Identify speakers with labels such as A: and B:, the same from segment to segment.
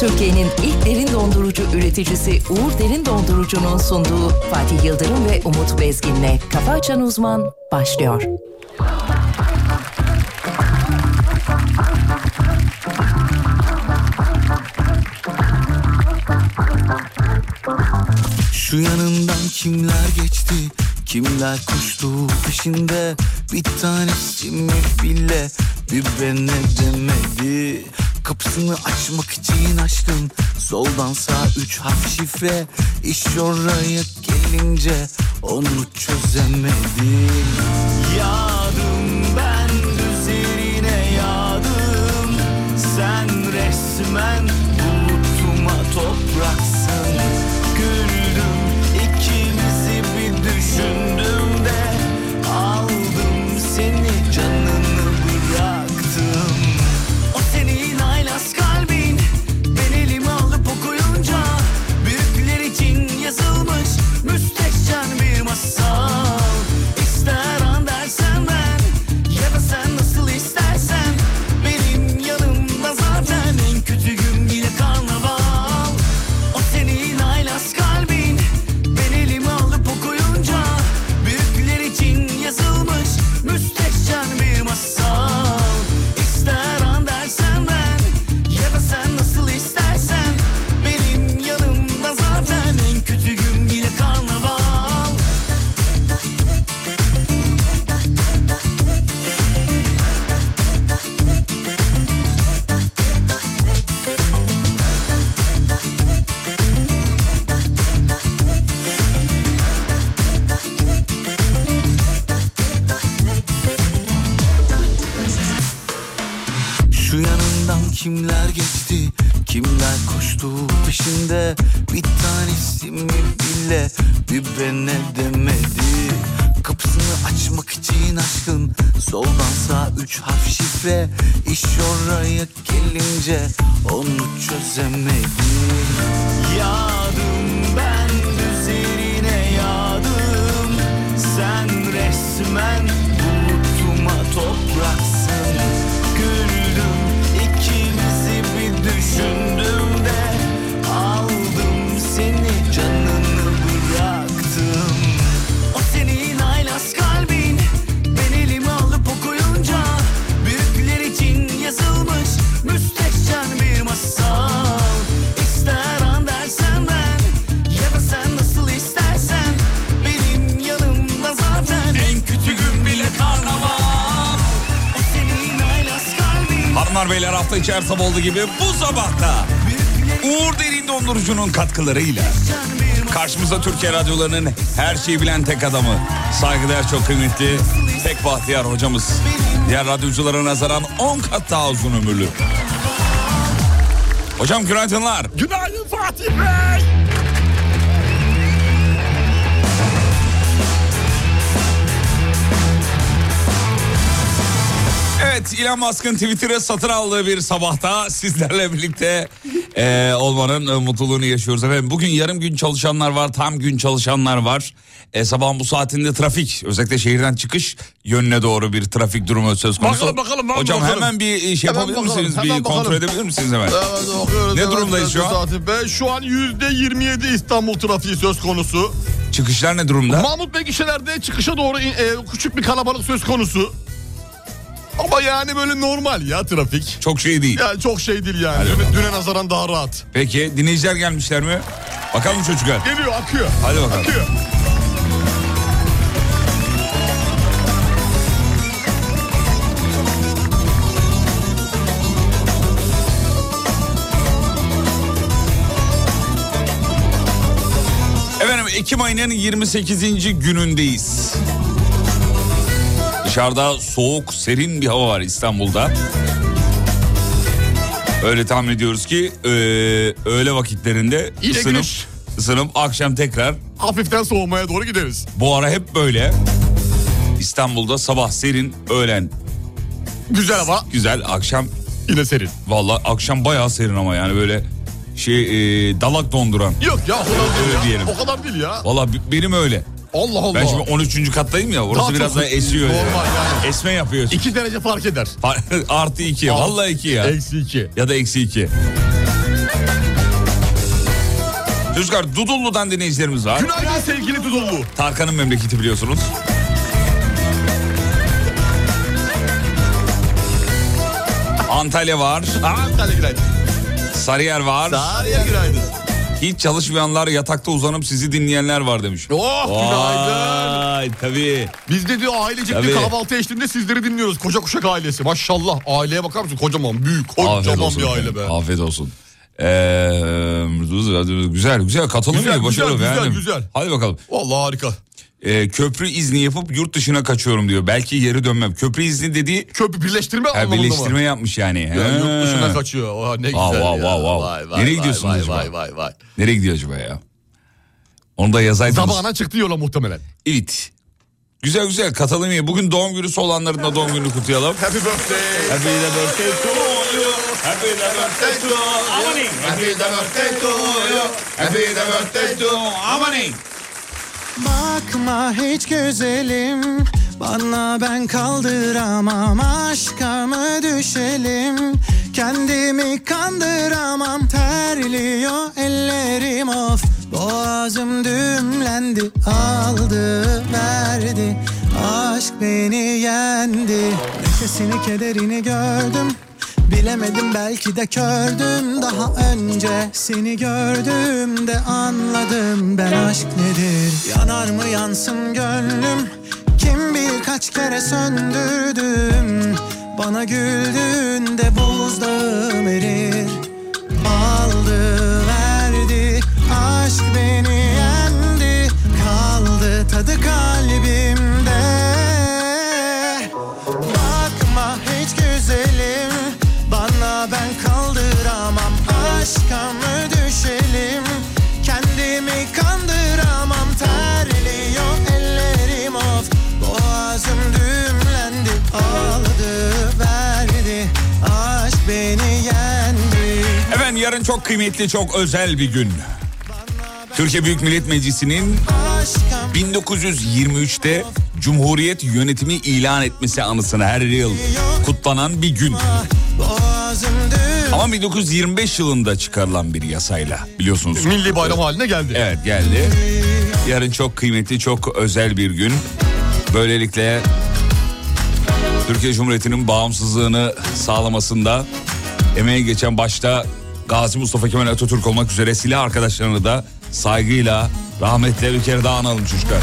A: Türkiye'nin ilk derin dondurucu üreticisi Uğur Derin Dondurucu'nun sunduğu Fatih Yıldırım ve Umut Bezgin'le Kafa Açan Uzman başlıyor.
B: Şu yanından kimler geçti Kimler koştu peşinde Bir tanesi mi bile Bir ben ne demedi Kapısını açmak için açtım Soldan sağ üç harf şifre İş oraya gelince Onu çözemedim Yağdım ben üzerine yağdım Sen resmen bulutuma topraksın Güldüm ikimizi bir düşündüm de Aldım seni canını bıraktım O senin haylaz kalbin Ben elimi alıp okuyunca Büyükler için yazılmış müsteşem bir masal İster an dersen ben Ya da sen nasıl istersen Benim yanımda zaten en kötü gün bile karnaval O senin haylaz kalbin Ben elimi alıp okuyunca Büyükler için yazılmış müsteşem bir masal İster an dersen ben Ya da sen nasıl istersen Benim yanımda zaten en kötü gün bile karnaval Şu yanından kimler geçti Kimler koştu peşinde Bir tanesi mi bile Bir ben ne demedi Kapısını açmak için aşkın Soldan sağ üç harf şifre İş oraya gelince Onu çözemedim Yağdım ben üzerine yağdım Sen resmen bulutuma topraksın Güldüm ikimizi bir düşündüm de Aldım seni canını bıraktım O senin haylaz kalbin Ben elimi alıp okuyunca Büyükler için yazılmış müsteşem bir masal İster an dersen ben Ya da sen nasıl istersen Benim yanımda zaten En kötü gün bile karnaval O senin haylaz kalbin
C: Hanımlar beyler hafta içi her sabah olduğu gibi bu sabahta Uğur Derin Dondurucu'nun katkılarıyla karşımızda Türkiye radyolarının her şeyi bilen tek adamı saygıdeğer çok kıymetli tek bahtiyar hocamız. Diğer radyoculara nazaran 10 kat daha uzun ömürlü. Hocam günaydınlar.
D: Günaydın Fatih Bey.
C: Evet Elon Musk'ın Twitter'ı satın aldığı bir sabahta sizlerle birlikte eee, olmanın e, mutluluğunu yaşıyoruz. Efendim bugün yarım gün çalışanlar var, tam gün çalışanlar var. E, sabahın bu saatinde trafik özellikle şehirden çıkış yönüne doğru bir trafik durumu söz konusu.
D: Bakalım, bakalım, bakalım,
C: Hocam
D: bakalım.
C: hemen bir e, şey
D: Hemen
C: yapabilir
D: bakalım,
C: misiniz?
D: hemen
C: bir kontrol
D: bakalım.
C: edebilir misiniz hemen?
D: Evet okuyoruz.
C: Ne
D: Evet,
C: durumdayız şu an?
D: Fatih Bey şu an yüzde 27 İstanbul trafiği söz konusu.
C: Çıkışlar ne durumda?
D: Mahmut Bey gişelerde çıkışa doğru in- e, küçük bir kalabalık söz konusu. Ama yani böyle normal ya trafik.
C: Çok şey değil.
D: Yani çok şey değil yani. Dün- düne nazaran daha rahat.
C: Peki dinleyiciler gelmişler mi? Bakalım çocuklar.
D: Geliyor akıyor.
C: Hadi bakalım.
D: Akıyor.
C: Efendim Ekim ayının 28. günündeyiz. Dışarıda soğuk, serin bir hava var İstanbul'da. Öyle tahmin ediyoruz ki eee, öğle vakitlerinde
D: İyice
C: ısınıp,
D: güneş.
C: ısınıp akşam tekrar
D: Hafiften soğumaya doğru gideriz.
C: bu ara hep böyle. İstanbul'da sabah serin, öğlen
D: Güzel hava
C: güzel, akşam
D: yine serin.
C: valla akşam bayağı serin ama yani böyle şey eee, dalak donduran.
D: Yok ya o kadar değil
C: Öyle
D: ya.
C: diyelim.
D: O kadar değil ya.
C: Valla b- benim öyle.
D: Allah Allah.
C: Ben şimdi 13. kattayım ya orası
D: Daha
C: biraz
D: çok-
C: daha esiyor.
D: Normal
C: yani.
D: yani.
C: Esme yapıyor.
D: İki derece fark eder.
C: Artı iki. Vallahi iki ya.
D: Eksi iki.
C: Ya da eksi iki. Rüzgar Dudullu'dan dinleyicilerimiz var.
D: Günaydın sevgili Dudullu.
C: Tarkan'ın memleketi biliyorsunuz. Antalya var,
D: Antalya günaydın.
C: Sarıyer var.
D: Sarıya günaydın.
C: Hiç çalışmayanlar yatakta uzanıp sizi dinleyenler var demiş.
D: Oh günaydın.
C: Vay tabii.
D: Biz de diyor ailecek bir
C: Tabii.
D: kahvaltı eşliğinde sizleri dinliyoruz. Koca kuşak ailesi. Maşallah aileye bakar mısın? Kocaman büyük. Kocaman bir aile be.
C: Afiyet olsun. Ee, güzel güzel katılım
D: Güzel,
C: iyi, başarılı
D: güzel, güzel,
C: beğendim.
D: güzel.
C: Hadi bakalım.
D: Vallahi harika.
C: Ee, köprü izni yapıp yurt dışına kaçıyorum diyor. Belki geri dönmem. Köprü izni dediği
D: Köprü birleştirme
C: ha,
D: anlamında mı?
C: birleştirme yapmış yani.
D: Ya,
C: Ha.
D: yurt dışına kaçıyor. Oha, ne güzel
C: Vav, vav,
D: ya.
C: vav, vav.
D: Vay,
C: Nereye gidiyorsunuz
D: vay,
C: acaba?
D: Vay vay vay.
C: Nereye gidiyor acaba ya? Onu da yazaydınız.
D: Zabağına çıktı yola muhtemelen.
C: Evet. Güzel güzel katalım iyi. Bugün doğum günü olanların da doğum gününü kutlayalım.
D: Happy birthday.
C: Happy birthday to you. Happy birthday to Amanin. Happy birthday to you. Happy birthday to Amanin.
E: Bakma hiç güzelim Bana ben kaldıramam Aşka mı düşelim Kendimi kandıramam Terliyor ellerim of Boğazım düğümlendi Aldı verdi Aşk beni yendi Nefesini kederini gördüm Bilemedim belki de kördüm daha önce Seni gördüğümde anladım ben aşk nedir Yanar mı yansın gönlüm Kim bilir kaç kere söndürdüm Bana güldüğünde buzdağım erir Aldı verdi aşk beni yendi Kaldı tadı kalbimde Bakma hiç güzelim Bana ben kaldıramam Aşka mı düşelim Kendimi kandıramam Terliyor ellerim of Boğazım düğümlendi Aldı verdi Ah. Aşk beni yendi
C: Efendim yarın çok kıymetli, çok özel bir gün. Türkiye Büyük Millet Meclisi'nin
E: Aşka
C: 1923'te Cumhuriyet yönetimi ilan etmesi anısına her yıl kutlanan bir gün.
E: boğazım düğümlendi
C: Ama 1925 yılında çıkarılan bir yasayla biliyorsunuz.
D: Milli bayram haline geldi.
C: Evet geldi. Yarın çok kıymetli, çok özel bir gün. Böylelikle Türkiye Cumhuriyeti'nin bağımsızlığını sağlamasında emeği geçen başta Gazi Mustafa Kemal Atatürk olmak üzere silah arkadaşlarını da saygıyla, rahmetle bir kere daha analım çocuklar.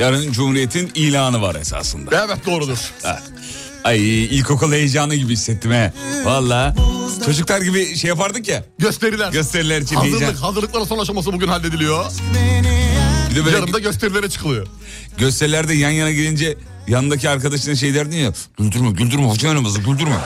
C: Yarın Cumhuriyet'in ilanı var esasında.
D: Evet doğrudur.
C: Ha. Ay ilkokul heyecanı gibi hissettim he. Valla. Çocuklar gibi şey yapardık ya.
D: Gösteriler.
C: Gösteriler için heyecan.
D: Hazırlık, hazırlıkların son aşaması bugün hallediliyor.
C: Bir de böyle
D: Yarın da gösterilere çıkılıyor.
C: gösterilerde yan yana gelince yanındaki arkadaşına şey derdin ya. Güldürme güldürme hoca yanımızı güldürme.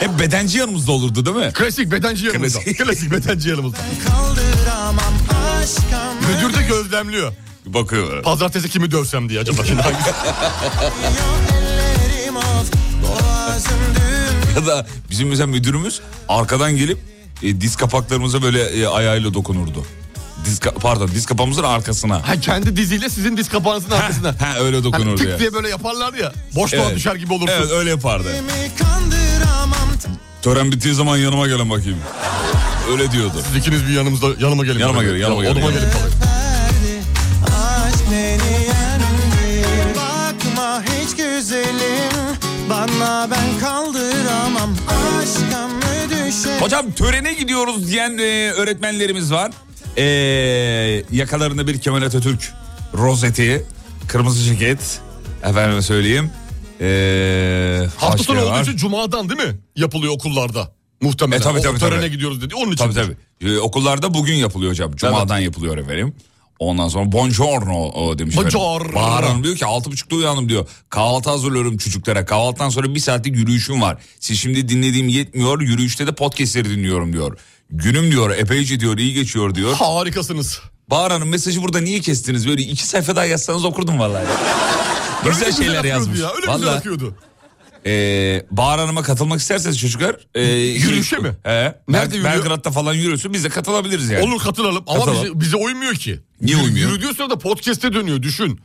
C: Hep bedenci yanımızda olurdu değil mi?
D: Klasik bedenci yanımızda.
C: Klasik.
D: Klasik bedenci yanımızda.
E: Kaldıramam aşkım
D: Müdür de gözlemliyor.
C: Bakıyor.
D: Pazartesi kimi dövsem diye acaba şimdi hangisi?
E: ellerim of Boğazım düğüm
C: Ya da bizim mesela müdürümüz arkadan gelip e, diz kapaklarımıza böyle e, ayağıyla dokunurdu. Diz ka- pardon diz kapağımızın arkasına.
D: Ha, kendi diziyle sizin diz kapağınızın arkasına.
C: Ha öyle
D: Hani
C: dokunurdu ya.
D: tık diye böyle yaparlar ya. Boşluğa
C: Evet.
D: düşer gibi olursun.
C: Evet öyle yapardı.
E: mi kandıramam
C: Tören bittiği zaman yanıma gelin bakayım. Öyle diyordu.
D: Siz ikiniz bir yanımızda yanıma gelin.
C: Yanıma gelin, yanıma gelin.
D: Odama gelin.
E: Verdi aşk beni yendi Bakma hiç güzelim Bana ben kaldıramam Aşka mı düşerim
C: Hocam törene gidiyoruz diyen e, öğretmenlerimiz var. E, yakalarında bir Kemal Atatürk rozeti, kırmızı ceket, efendime söyleyeyim. E,
D: Hafta sonu
C: haşlığı
D: olduğu
C: var.
D: için cumadan değil mi? Yapılıyor okullarda. Muhtemelen.
C: E, tabii,
D: O
C: tabii,
D: törene
C: tabii.
D: gidiyoruz dedi. Onun için.
C: Tabii tabii. E, okullarda bugün yapılıyor hocam. Cuma'dan yapılıyor efendim. Ondan sonra buongiorno o demiş. efendim.
D: Buongiorno.
C: Bahar Hanım diyor ki altı buçukta uyandım diyor. Kahvaltı hazırlıyorum çocuklara. Kahvaltıdan sonra bir saatlik yürüyüşüm var. Siz şimdi dinlediğim yetmiyor. Yürüyüşte de podcastleri dinliyorum diyor. Günüm diyor epeyce diyor iyi geçiyor diyor.
D: Harikasınız.
C: Bahar Hanım mesajı burada niye kestiniz? Böyle iki sayfa daha yazsanız okurdum vallahi.
D: Öyle
C: güzel şeyler
D: akıyordu
C: yazmış.
D: Ya, öyle şey güzel
C: Vallahi
D: akıyordu.
C: e, Bahar Hanım'a katılmak isterseniz çocuklar. E,
D: Yürüyüşe mi?
C: He, Nerede
D: Nerede yürüyor?
C: Belgrad'da falan yürüyorsun biz de katılabiliriz yani.
D: Olur katılalım ama
C: Katılalım.
D: bize, bize uymuyor ki.
C: Niye
D: Yürü-
C: uymuyor?
D: Yürüdüğü sırada podcast'e dönüyor düşün.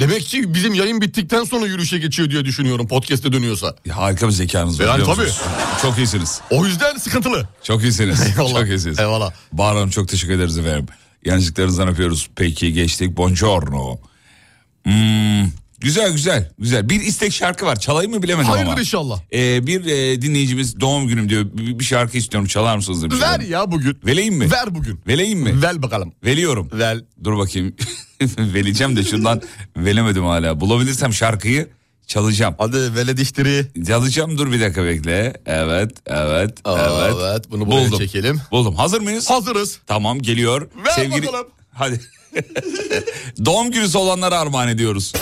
F: Demek ki bizim yayın bittikten sonra yürüyüşe geçiyor diye düşünüyorum podcast'e dönüyorsa.
D: Ya harika bir zekanız var.
F: Yani
D: biliyor
F: tabii.
D: musunuz? Çok iyisiniz.
F: O yüzden sıkıntılı.
D: Çok iyisiniz.
F: Eyvallah.
D: Çok iyisiniz.
F: Eyvallah.
D: Bahar Hanım çok teşekkür ederiz efendim. Yanıcıklarınızdan öpüyoruz. Peki geçtik. Buongiorno. Hmm, güzel güzel güzel. Bir istek şarkı var. Çalayım mı bilemedim
F: Hayırdır
D: ama.
F: inşallah.
D: Ee, bir e, dinleyicimiz doğum günüm diyor. Bir, bir şarkı istiyorum. Çalar mısınız? demiş
F: Ver
D: efendim.
F: ya bugün.
D: Vereyim mi?
F: Ver bugün.
D: Veleyim mi?
F: Ver bakalım.
D: Veliyorum.
F: Ver.
D: Dur bakayım. Veleceğim de şundan velemedim hala. Bulabilirsem şarkıyı çalacağım.
F: Hadi vele dişleri.
D: Çalacağım dur bir dakika bekle. Evet, evet,
F: Aa,
D: evet.
F: evet, bunu buraya çekelim.
D: Buldum. Hazır mıyız?
F: Hazırız.
D: Tamam geliyor.
F: Ver bakalım.
D: Hadi. Doğum günüsü olanlara armağan ediyoruz.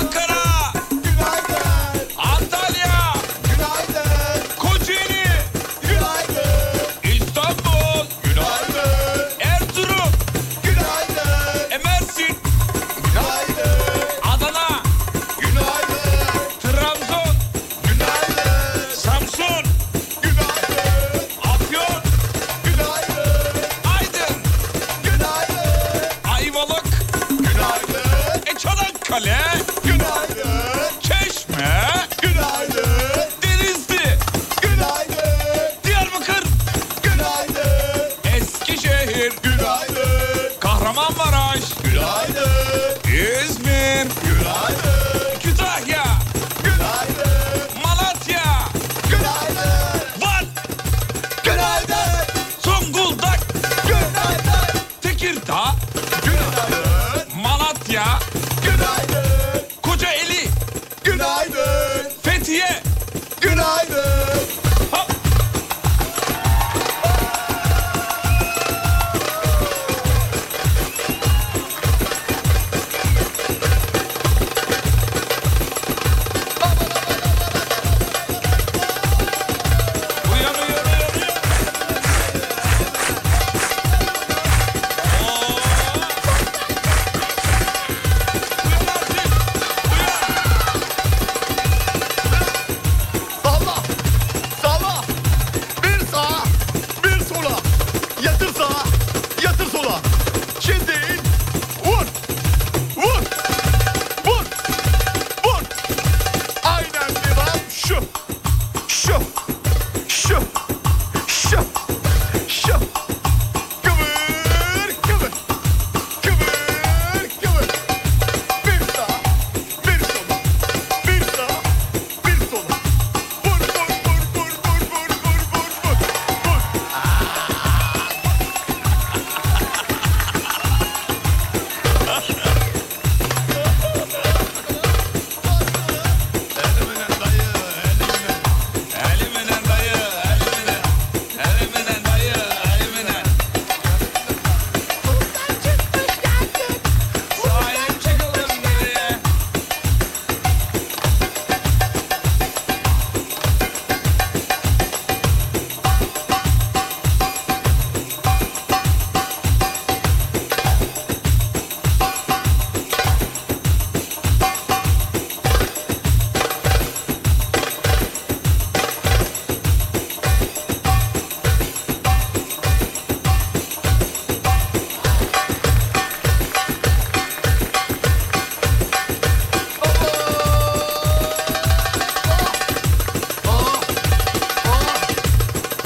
D: Ankara. Antalya. Kocaeli. İstanbul. Erzurum. Emersin. Adana. Trabzon. Samsun. Afyon. Aydın. Ayvalık. E, Çanakkale. Çeşme. Denizli. Diyarbakır. Eskişehir. Kahramanmaraş. İzmir. Kütahya. Malatya. Van. Zonguldak. Tekirdağ. Malatya. Kocaeli. Fethiye. Hop. Uyan uyan uyan uyan. Oo. Uyan artık. Uyan.
F: Salla. Salla. Bir sağa, bir sola. Yatır sağa, yatır sola. Şimdi in. Vur. Vur. Vur. Vur. Aynen devam. Şu. Şu. Şu. Şu. Şu. Kıvır, kıvır. Kıvır, kıvır. Bir sağa, bir sola. Bir sağa, bir sola. Vur, vur, vur, vur, vur, vur, vur, vur, vur. Vur.
D: Eliminen dayı, eliminen. Eliminen dayı, eliminen. Sahip çıkalım nereye?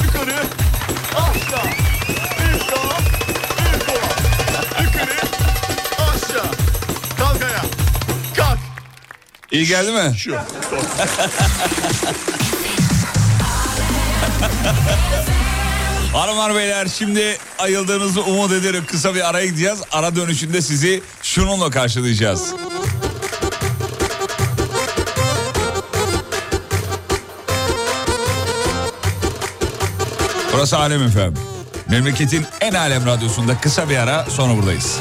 F: Yukarı. Aşağı. Bir sağa. Bir sola. Yukarı. Aşağı. Kalk ayağa. Kalk.
D: İyi geldi mi?
F: Şu.
D: Hanımlar beyler şimdi ayıldığınızı umut ederim. Kısa bir araya gideceğiz. Ara dönüşünde sizi
C: şununla karşılayacağız. Burası Alem efendim. Memleketin en alem radyosunda kısa bir ara sonra buradayız.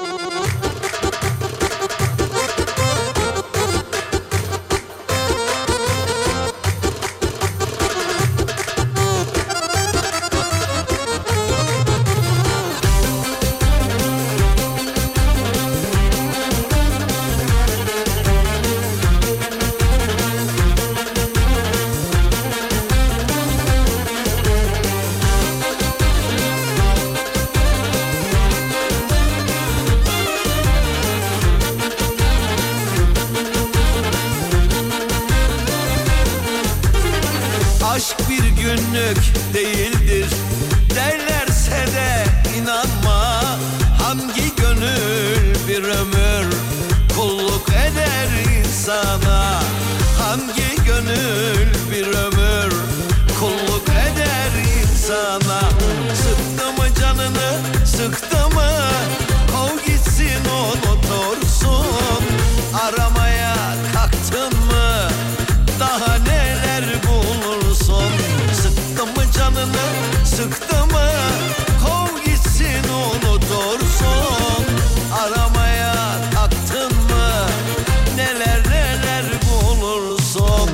G: Aşk bir günlük değildir Derlerse de inanma Hangi gönül bir ömür Kulluk eder insana Hangi gönül bir ömür Kulluk eder insana Sıktı mı canını sıktı mı Kov gitsin unutursun Aramaya kalktın mı Daha neler bulursun Sıktı mı canını sıktı mı Kov gitsin unutursun Aramaya kalktın mı Neler neler bulursun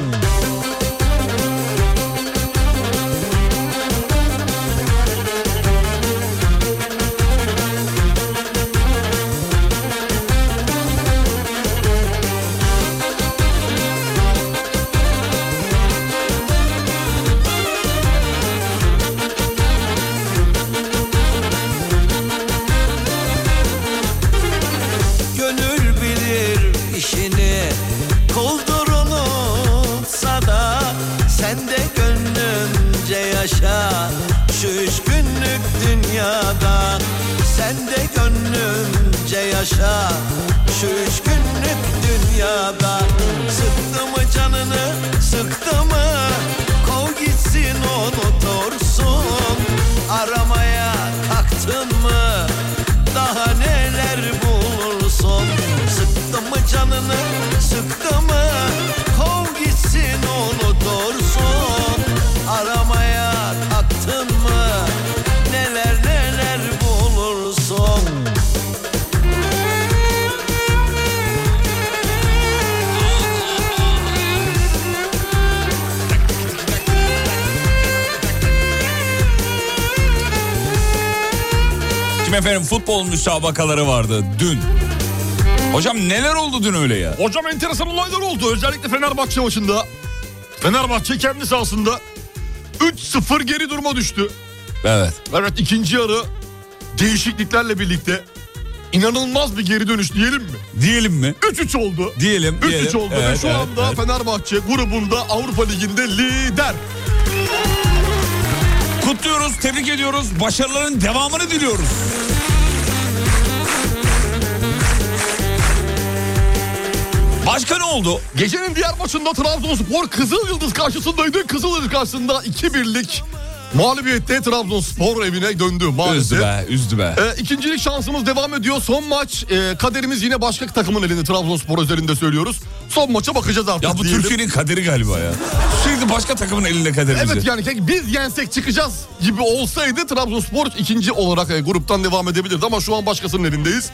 G: Gönül bilir işini Kuldur unutsa da Sen de gönlünce yaşa Şu üç günlük dünyada Sen de gönlünce yaşa Şu üç günlük dünyada Sıktı mı canını sıktı mı Kov gitsin unutursun Aramaya kalktın mı daha neler bulursun Sıktı mı canını sıktı mı Kov gitsin unutursun Aramaya kalktın mı Neler neler bulursun
C: Şimdi efendim futbol müsabakaları vardı dün. Hocam neler oldu dün öyle ya?
F: Hocam enteresan olaylar oldu. Özellikle Fenerbahçe maçında. Fenerbahçe kendi sahasında 3-0 geri durma düştü.
C: Evet.
F: Evet ikinci yarı değişikliklerle birlikte inanılmaz bir geri dönüş diyelim mi?
C: Diyelim mi?
F: 3-3 oldu.
C: Diyelim.
F: 3-3
C: diyelim.
F: oldu ve
C: Evet,
F: şu
C: evet,
F: anda
C: evet.
F: Fenerbahçe grubunda Avrupa Ligi'nde lider.
C: Kutluyoruz, tebrik ediyoruz. Başarıların devamını diliyoruz. Başka ne oldu?
F: Gecenin diğer maçında Trabzonspor Kızıl Yıldız karşısındaydı. Kızıl Yıldız karşısında 2-1'lik mağlubiyette Trabzonspor evine döndü maalesef.
C: Üzdü be, üzdü be.
F: Ee, ikincilik şansımız devam ediyor. Son maç e, kaderimiz yine başka takımın elinde Trabzonspor üzerinde söylüyoruz. Son maça bakacağız artık.
C: Ya bu
F: diyelim.
C: Türkiye'nin kaderi galiba ya. Sürekli başka takımın elinde kaderimizi.
F: Evet yani tek biz yensek çıkacağız gibi olsaydı Trabzonspor ikinci olarak e, gruptan devam edebilirdi ama şu an başkasının elindeyiz.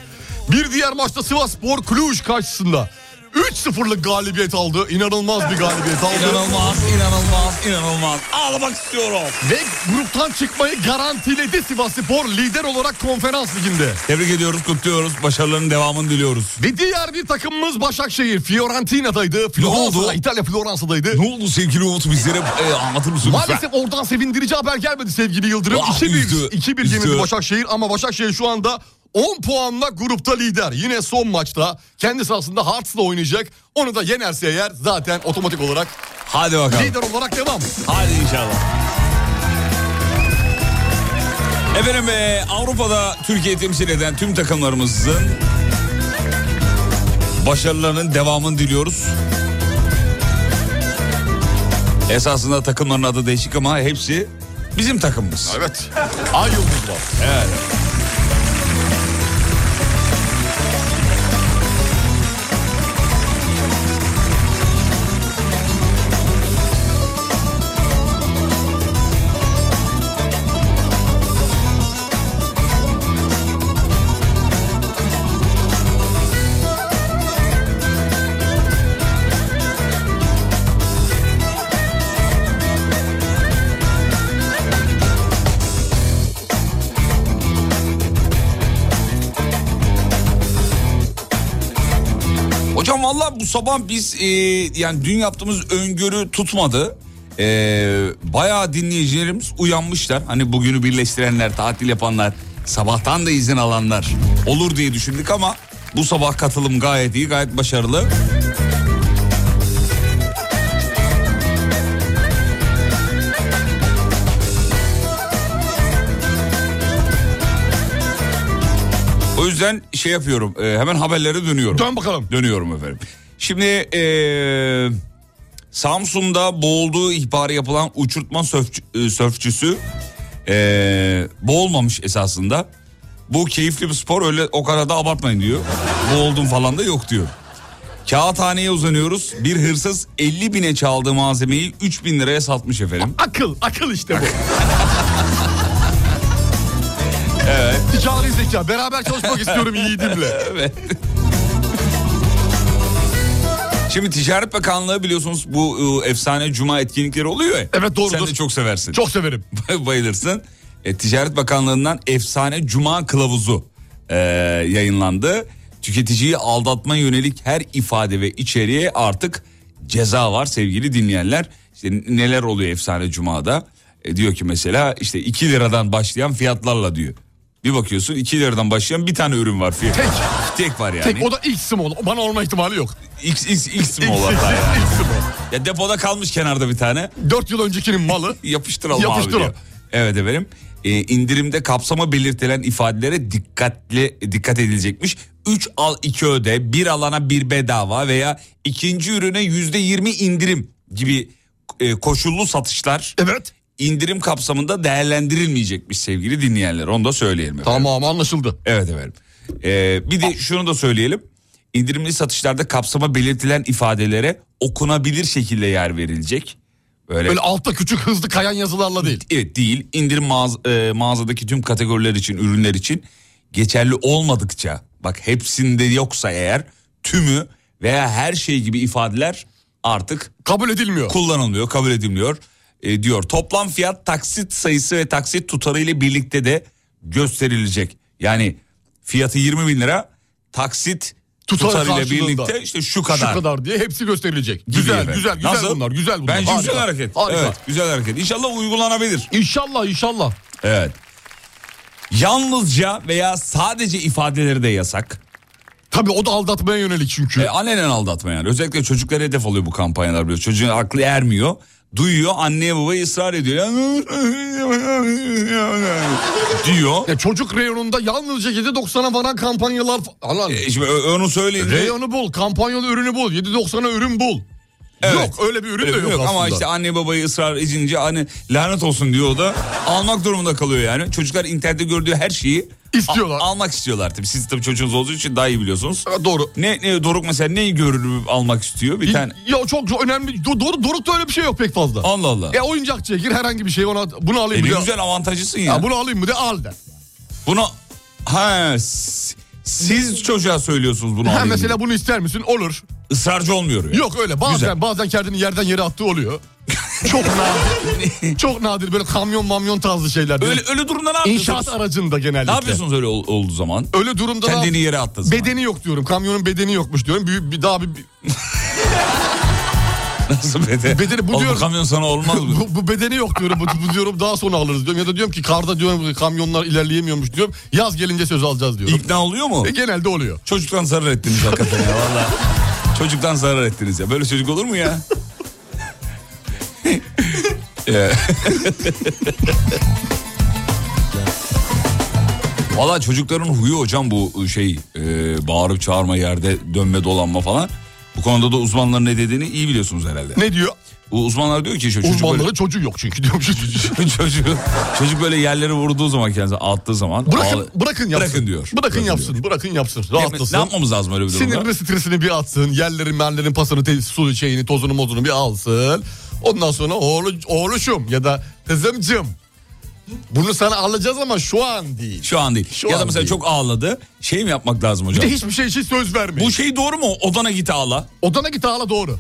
F: Bir diğer maçta Sivasspor Cluj karşısında 3-0'lık galibiyet aldı. İnanılmaz bir galibiyet aldı.
C: İnanılmaz, inanılmaz, inanılmaz. Ağlamak istiyorum.
F: Ve gruptan çıkmayı garantiledi Sivasspor lider olarak konferans liginde.
C: Tebrik ediyoruz, kutluyoruz. Başarıların devamını diliyoruz.
F: Ve diğer bir takımımız Başakşehir Fiorentina'daydı. Floransa'da,
C: oldu?
F: İtalya Floransa'daydı.
C: Ne oldu sevgili Umut bizlere e, anlatır mısın? lütfen?
F: Maalesef oradan sevindirici haber gelmedi sevgili Yıldırım.
C: Ah,
F: 2-1
C: üzdü,
F: 2-1
C: üzdü.
F: yenildi Başakşehir ama Başakşehir şu anda 10 puanla grupta lider. Yine son maçta kendi sahasında Hearts'la oynayacak. Onu da yenerse eğer zaten otomatik olarak
C: Hadi bakalım.
F: lider olarak devam.
C: Hadi inşallah. Efendim e, Avrupa'da Türkiye'yi temsil eden tüm takımlarımızın Başarılarının devamını diliyoruz. Esasında takımların adı değişik ama hepsi bizim takımımız.
F: Evet. Ay yıldız var.
C: Evet. Hocam valla bu sabah biz e, yani dün yaptığımız öngörü tutmadı. E, bayağı dinleyicilerimiz uyanmışlar. Hani bugünü birleştirenler, tatil yapanlar, sabahtan da izin alanlar olur diye düşündük ama bu sabah katılım gayet iyi, gayet başarılı. O yüzden şey yapıyorum, e, hemen haberlere dönüyorum.
F: Dön bakalım.
C: Dönüyorum efendim. Şimdi eee, Samsun'da boğulduğu ihbarı yapılan uçurtma sörfçü- e, sörfçüsü eee, boğulmamış esasında. Bu keyifli bir spor öyle o kadar da abartmayın diyor. Boğuldum falan da yok diyor. Kağıthaneye uzanıyoruz. Bir hırsız 50 bine çaldığı malzemeyi 3 bin liraya satmış efendim.
F: Akıl, akıl işte bu. Ah. evet. Ticari zeka. Beraber çalışmak istiyorum yiğidimle.
C: Evet. Şimdi Ticaret Bakanlığı biliyorsunuz bu e, efsane cuma etkinlikleri oluyor ya.
F: Evet, doğrudur.
C: Sen de çok seversin.
F: Çok severim.
C: bayılırsın. E, Ticaret Bakanlığı'ndan efsane Cuma kılavuzu e, yayınlandı. Tüketiciyi aldatma yönelik her ifade ve içeriğe artık ceza var sevgili dinleyenler. İşte neler oluyor efsane Cuma'da? E, diyor ki mesela işte 2 liradan başlayan fiyatlarla diyor. Bir bakıyorsun 2 liradan başlayan bir tane ürün var. Fiyat.
F: Tek.
C: Tek var yani.
F: Tek o da ilk small. Bana olma ihtimali yok.
C: X, X, X mi olan
F: X,
C: daha yani?
F: X small.
C: Ya depoda kalmış kenarda bir tane.
F: 4 yıl öncekinin malı.
C: Yapıştıralım abi
F: Yapıştıralım.
C: diyor. Evet efendim. Ee, indirimde kapsama belirtilen ifadelere dikkatli dikkat edilecekmiş. 3 al 2 öde, bir alana bir bedava veya ikinci ürüne %20 indirim gibi e, koşullu satışlar
F: Evet.
C: indirim kapsamında değerlendirilmeyecekmiş sevgili dinleyenler. Onu da söyleyelim. efendim.
F: Tamam anlaşıldı.
C: Evet efendim. Ee, bir de şunu da söyleyelim. İndirimli satışlarda kapsama belirtilen ifadelere okunabilir şekilde yer verilecek. Böyle,
F: Böyle altta küçük hızlı kayan yazılarla değil.
C: evet değil. İndirim mağaz- e, mağazadaki tüm kategoriler için, ürünler için geçerli olmadıkça bak hepsinde yoksa eğer tümü veya her şey gibi ifadeler artık
F: Kabul edilmiyor.
C: kullanılmıyor, kabul edilmiyor e, diyor. Toplam fiyat taksit sayısı ve taksit tutarı ile birlikte de gösterilecek. Yani fiyatı 20 bin lira taksit
F: Tutarı
C: tutarı ile
F: karşılığında.
C: birlikte işte şu kadar.
F: Şu kadar diye hepsi gösterilecek.
C: gibi
F: Güzel,
C: efendim.
F: güzel, güzel
C: Nasıl?
F: bunlar, güzel bunlar.
C: Bence
F: Harika,
C: güzel hareket.
F: Harika.
C: Evet, güzel hareket. İnşallah uygulanabilir.
F: İnşallah, inşallah.
C: Evet. Yalnızca veya sadece ifadeleri de yasak.
F: Tabii o da aldatmaya yönelik çünkü.
C: E, alenen aldatma yani. Özellikle çocuklara hedef oluyor bu kampanyalar biliyor. Çocuğun aklı ermiyor. Duyuyor anneye babaya ısrar ediyor. diyor.
F: Ya çocuk reyonunda yalnızca 7.90'a varan kampanyalar... Allah,
C: E, şimdi ö- onu söyleyin.
F: reyonu bul, kampanyalı ürünü bul, 7.90'a ürün bul.
C: Evet.
F: Yok öyle bir ürün de yok, aslında.
C: ama işte anne babayı ısrar edince hani lanet olsun diyor o da almak durumunda kalıyor yani. Çocuklar internette gördüğü her şeyi
F: İstiyorlar.
C: a- almak istiyorlar tabii. Siz tabii çocuğunuz olduğu için daha iyi biliyorsunuz.
F: Ha, doğru.
C: Ne, ne Doruk mesela neyi görür almak istiyor bir tane.
F: Ya çok, çok önemli. Do- Doruk, Doruk'ta öyle bir şey yok pek fazla.
C: Allah Allah.
F: E oyuncakçıya gir herhangi bir şey ona bunu
C: E,
F: alayım
C: ne
F: mı? de-
C: güzel avantajlısın ya.
F: Ya bunu alayım mı de al de.
C: Bunu ha s- siz çocuğa söylüyorsunuz bunu.
F: Ha,
C: alayım
F: mesela
C: diye.
F: bunu ister misin? Olur.
C: ısrarcı olmuyor. yani.
F: Yok öyle. Bazen
C: Güzel.
F: bazen kendini yerden yere attığı oluyor. çok nadir. çok nadir böyle kamyon mamyon tarzı şeyler.
C: Öyle öyle durumda ne yapıyorsunuz?
F: İnşaat aracında genellikle.
C: ne yapıyorsunuz öyle ol- olduğu zaman?
F: Öyle durumda ne
C: Kendini
F: yap-
C: yere attın. zaman.
F: Bedeni yok diyorum. Kamyonun bedeni yokmuş diyorum. Bir, bir daha bir, bir-
C: Nasıl beden?
F: Bedeni bu
C: Oğlum,
F: diyor-
C: kamyon sana olmaz mı?
F: bu, bu bedeni yok diyorum. Bu, bu diyorum daha sonra alırız diyorum. Ya da diyorum ki karda diyorum kamyonlar ilerleyemiyormuş diyorum. Yaz gelince söz alacağız diyorum.
C: İkna oluyor mu?
F: E, genelde oluyor.
C: Çocuktan zarar ettiniz hakikaten ya valla. Çocuktan zarar ettiniz ya. Böyle çocuk olur mu ya? Ya. Valla çocukların huyu hocam bu şey e, bağırıp çağırma yerde dönme dolanma falan. Bu konuda da uzmanların ne dediğini iyi biliyorsunuz herhalde.
F: Ne diyor?
C: Bu uzmanlar diyor ki işte çocuk
F: Uzmanların
C: böyle,
F: çocuğu yok çünkü diyormuş.
C: çocuk, çocuk böyle yerlere vurduğu zaman kendisi attığı zaman.
F: bırakın,
C: ağla-
F: bırakın yapsın.
C: Bırakın diyor.
F: Bırakın yapsın, bırakın yapsın.
C: diyor. Ne- Ne
F: Rahatlasın.
C: yapmamız lazım öyle bir durumda?
F: Sinirini stresini bir atsın. Yerlerin merlerin pasını te- su şeyini tozunu mozunu bir alsın. Ondan sonra oğlu, oğluşum ya da kızımcım. Bunu sana alacağız ama şu an değil.
C: Şu an değil.
F: Şu
C: ya da
F: an
C: mesela
F: değil.
C: çok ağladı. Şey mi yapmak lazım
F: Bir
C: hocam?
F: de hiçbir şey için söz verme.
C: Bu şey doğru mu? Odana git ağla.
F: Odana git ağla doğru.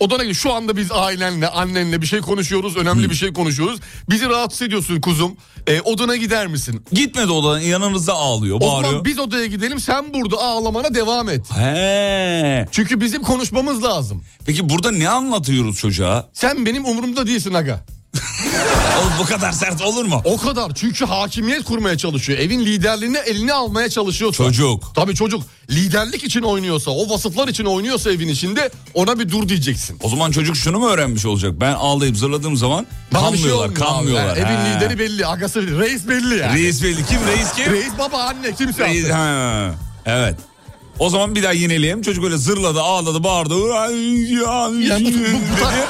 F: Odana git. Şu anda biz ailenle, annenle bir şey konuşuyoruz. Önemli bir şey konuşuyoruz. Bizi rahatsız ediyorsun kuzum. E, odana gider misin?
C: Gitmedi odana yanınızda ağlıyor,
F: O zaman
C: bağırıyor.
F: biz odaya gidelim. Sen burada ağlamana devam et.
C: He.
F: Çünkü bizim konuşmamız lazım.
C: Peki burada ne anlatıyoruz çocuğa?
F: Sen benim umurumda değilsin aga.
C: Oğlum bu kadar sert olur mu?
F: O kadar. Çünkü hakimiyet kurmaya çalışıyor. Evin liderliğini eline almaya çalışıyorsa.
C: Çocuk.
F: Tabii çocuk liderlik için oynuyorsa, o vasıflar için oynuyorsa evin içinde ona bir dur diyeceksin.
C: O zaman çocuk şunu mu öğrenmiş şey olacak? Ben ağlayıp zırladığım zaman
F: Bana bir şey
C: kanmıyorlar,
F: olmuyor abi.
C: kanmıyorlar.
F: Ha, evin
C: He.
F: lideri belli, agası belli, reis belli yani.
C: Reis belli. Kim reis kim?
F: Reis baba anne kimse
C: Reis-
F: artık.
C: Ha, Evet. O zaman bir daha yenileyelim. Çocuk öyle zırladı, ağladı, bağırdı.
F: Yani bu, bu, bu, tak-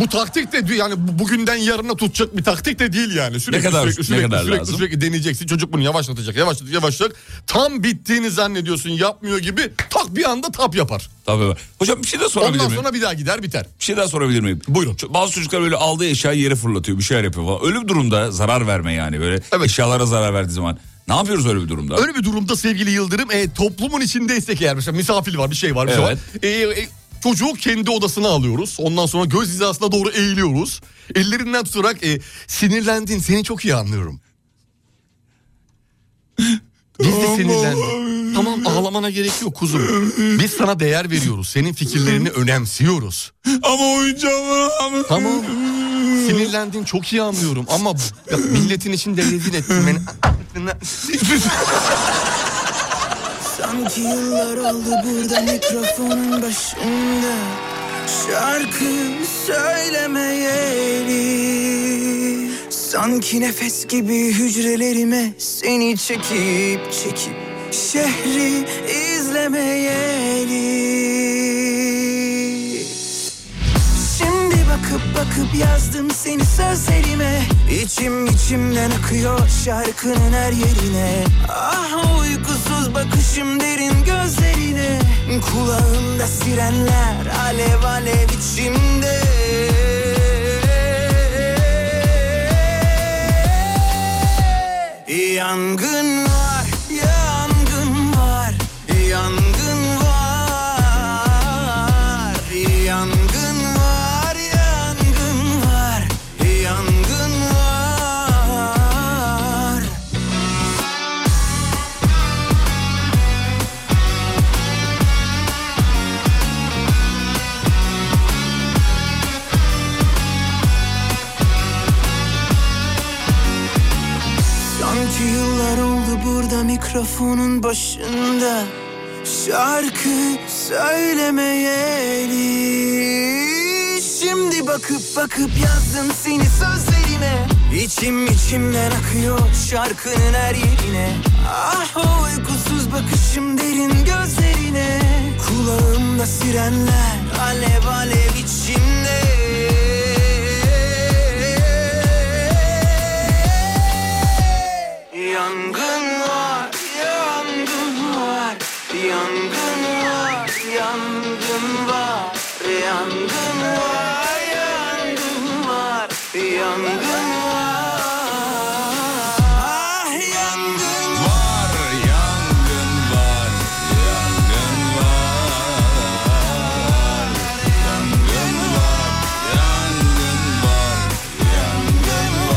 F: bu taktik de yani bu- bugünden yarına tutacak bir taktik de değil yani. Sürekli
C: Ne kadar-
F: sürekli
C: ne
F: sürekli,
C: kadar
F: sürekli,
C: lazım?
F: sürekli deneyeceksin. Çocuk bunu yavaşlatacak, yavaşlatacak, yavaşlatacak. Tam bittiğini zannediyorsun, yapmıyor gibi tak bir anda tap yapar.
C: Tabii. Hocam bir şey daha sorabilir
F: Ondan
C: miyim?
F: sonra bir daha gider biter.
C: Bir şey daha sorabilir miyim?
F: Buyurun.
C: Ç- Bazı çocuklar böyle aldığı eşyayı yere fırlatıyor, bir şeyler yapıyor falan. Öyle bir durumda zarar verme yani böyle
F: Evet.
C: eşyalara zarar verdiği zaman. Ne yapıyoruz öyle bir durumda?
F: Öyle bir durumda sevgili Yıldırım e, toplumun içindeysek eğer mesela misafir var bir şey var bir şey var. E, e, çocuğu kendi odasına alıyoruz. Ondan sonra göz hizasına doğru eğiliyoruz. Ellerinden tutarak e, sinirlendin seni çok iyi anlıyorum. Gizli sinirlendin. Tamam ağlamana gerek yok kuzum. Biz sana değer veriyoruz. Senin fikirlerini önemsiyoruz.
C: Ama oyuncağım. Ama...
F: Tamam. Sinirlendin çok iyi anlıyorum ama ya, milletin içinde rezil ettin beni.
H: Sanki yıllar oldu burada mikrofonun başında Şarkı söylemeyeli Sanki nefes gibi hücrelerime seni çekip çekip Şehri izlemeyeli Şimdi bakıp bakıp yazdım seni sözlerime İçim içimden akıyor şarkının her yerine Ah o uykusuz bakışım derin gözlerine Kulağımda sirenler alev alev içimde Yangın var, yangın var, yangın var, yangın var, yangın var, yangın var. Sanki yıllar oldu burada mikrofonun başında Şarkı söylemeyeli Şimdi bakıp bakıp yazdım seni sözlerime İçim içimden akıyor şarkının her yerine Ah o uykusuz bakışım derin gözlerine Kulağımda sirenler alev alev içimde Yangın var, yangın var, yangın var, yangın var, yangın var, yangın var, yangın var. Ah yangın var.
C: Var, yangın var, yangın var. Yangın var, yangın var, yangın var.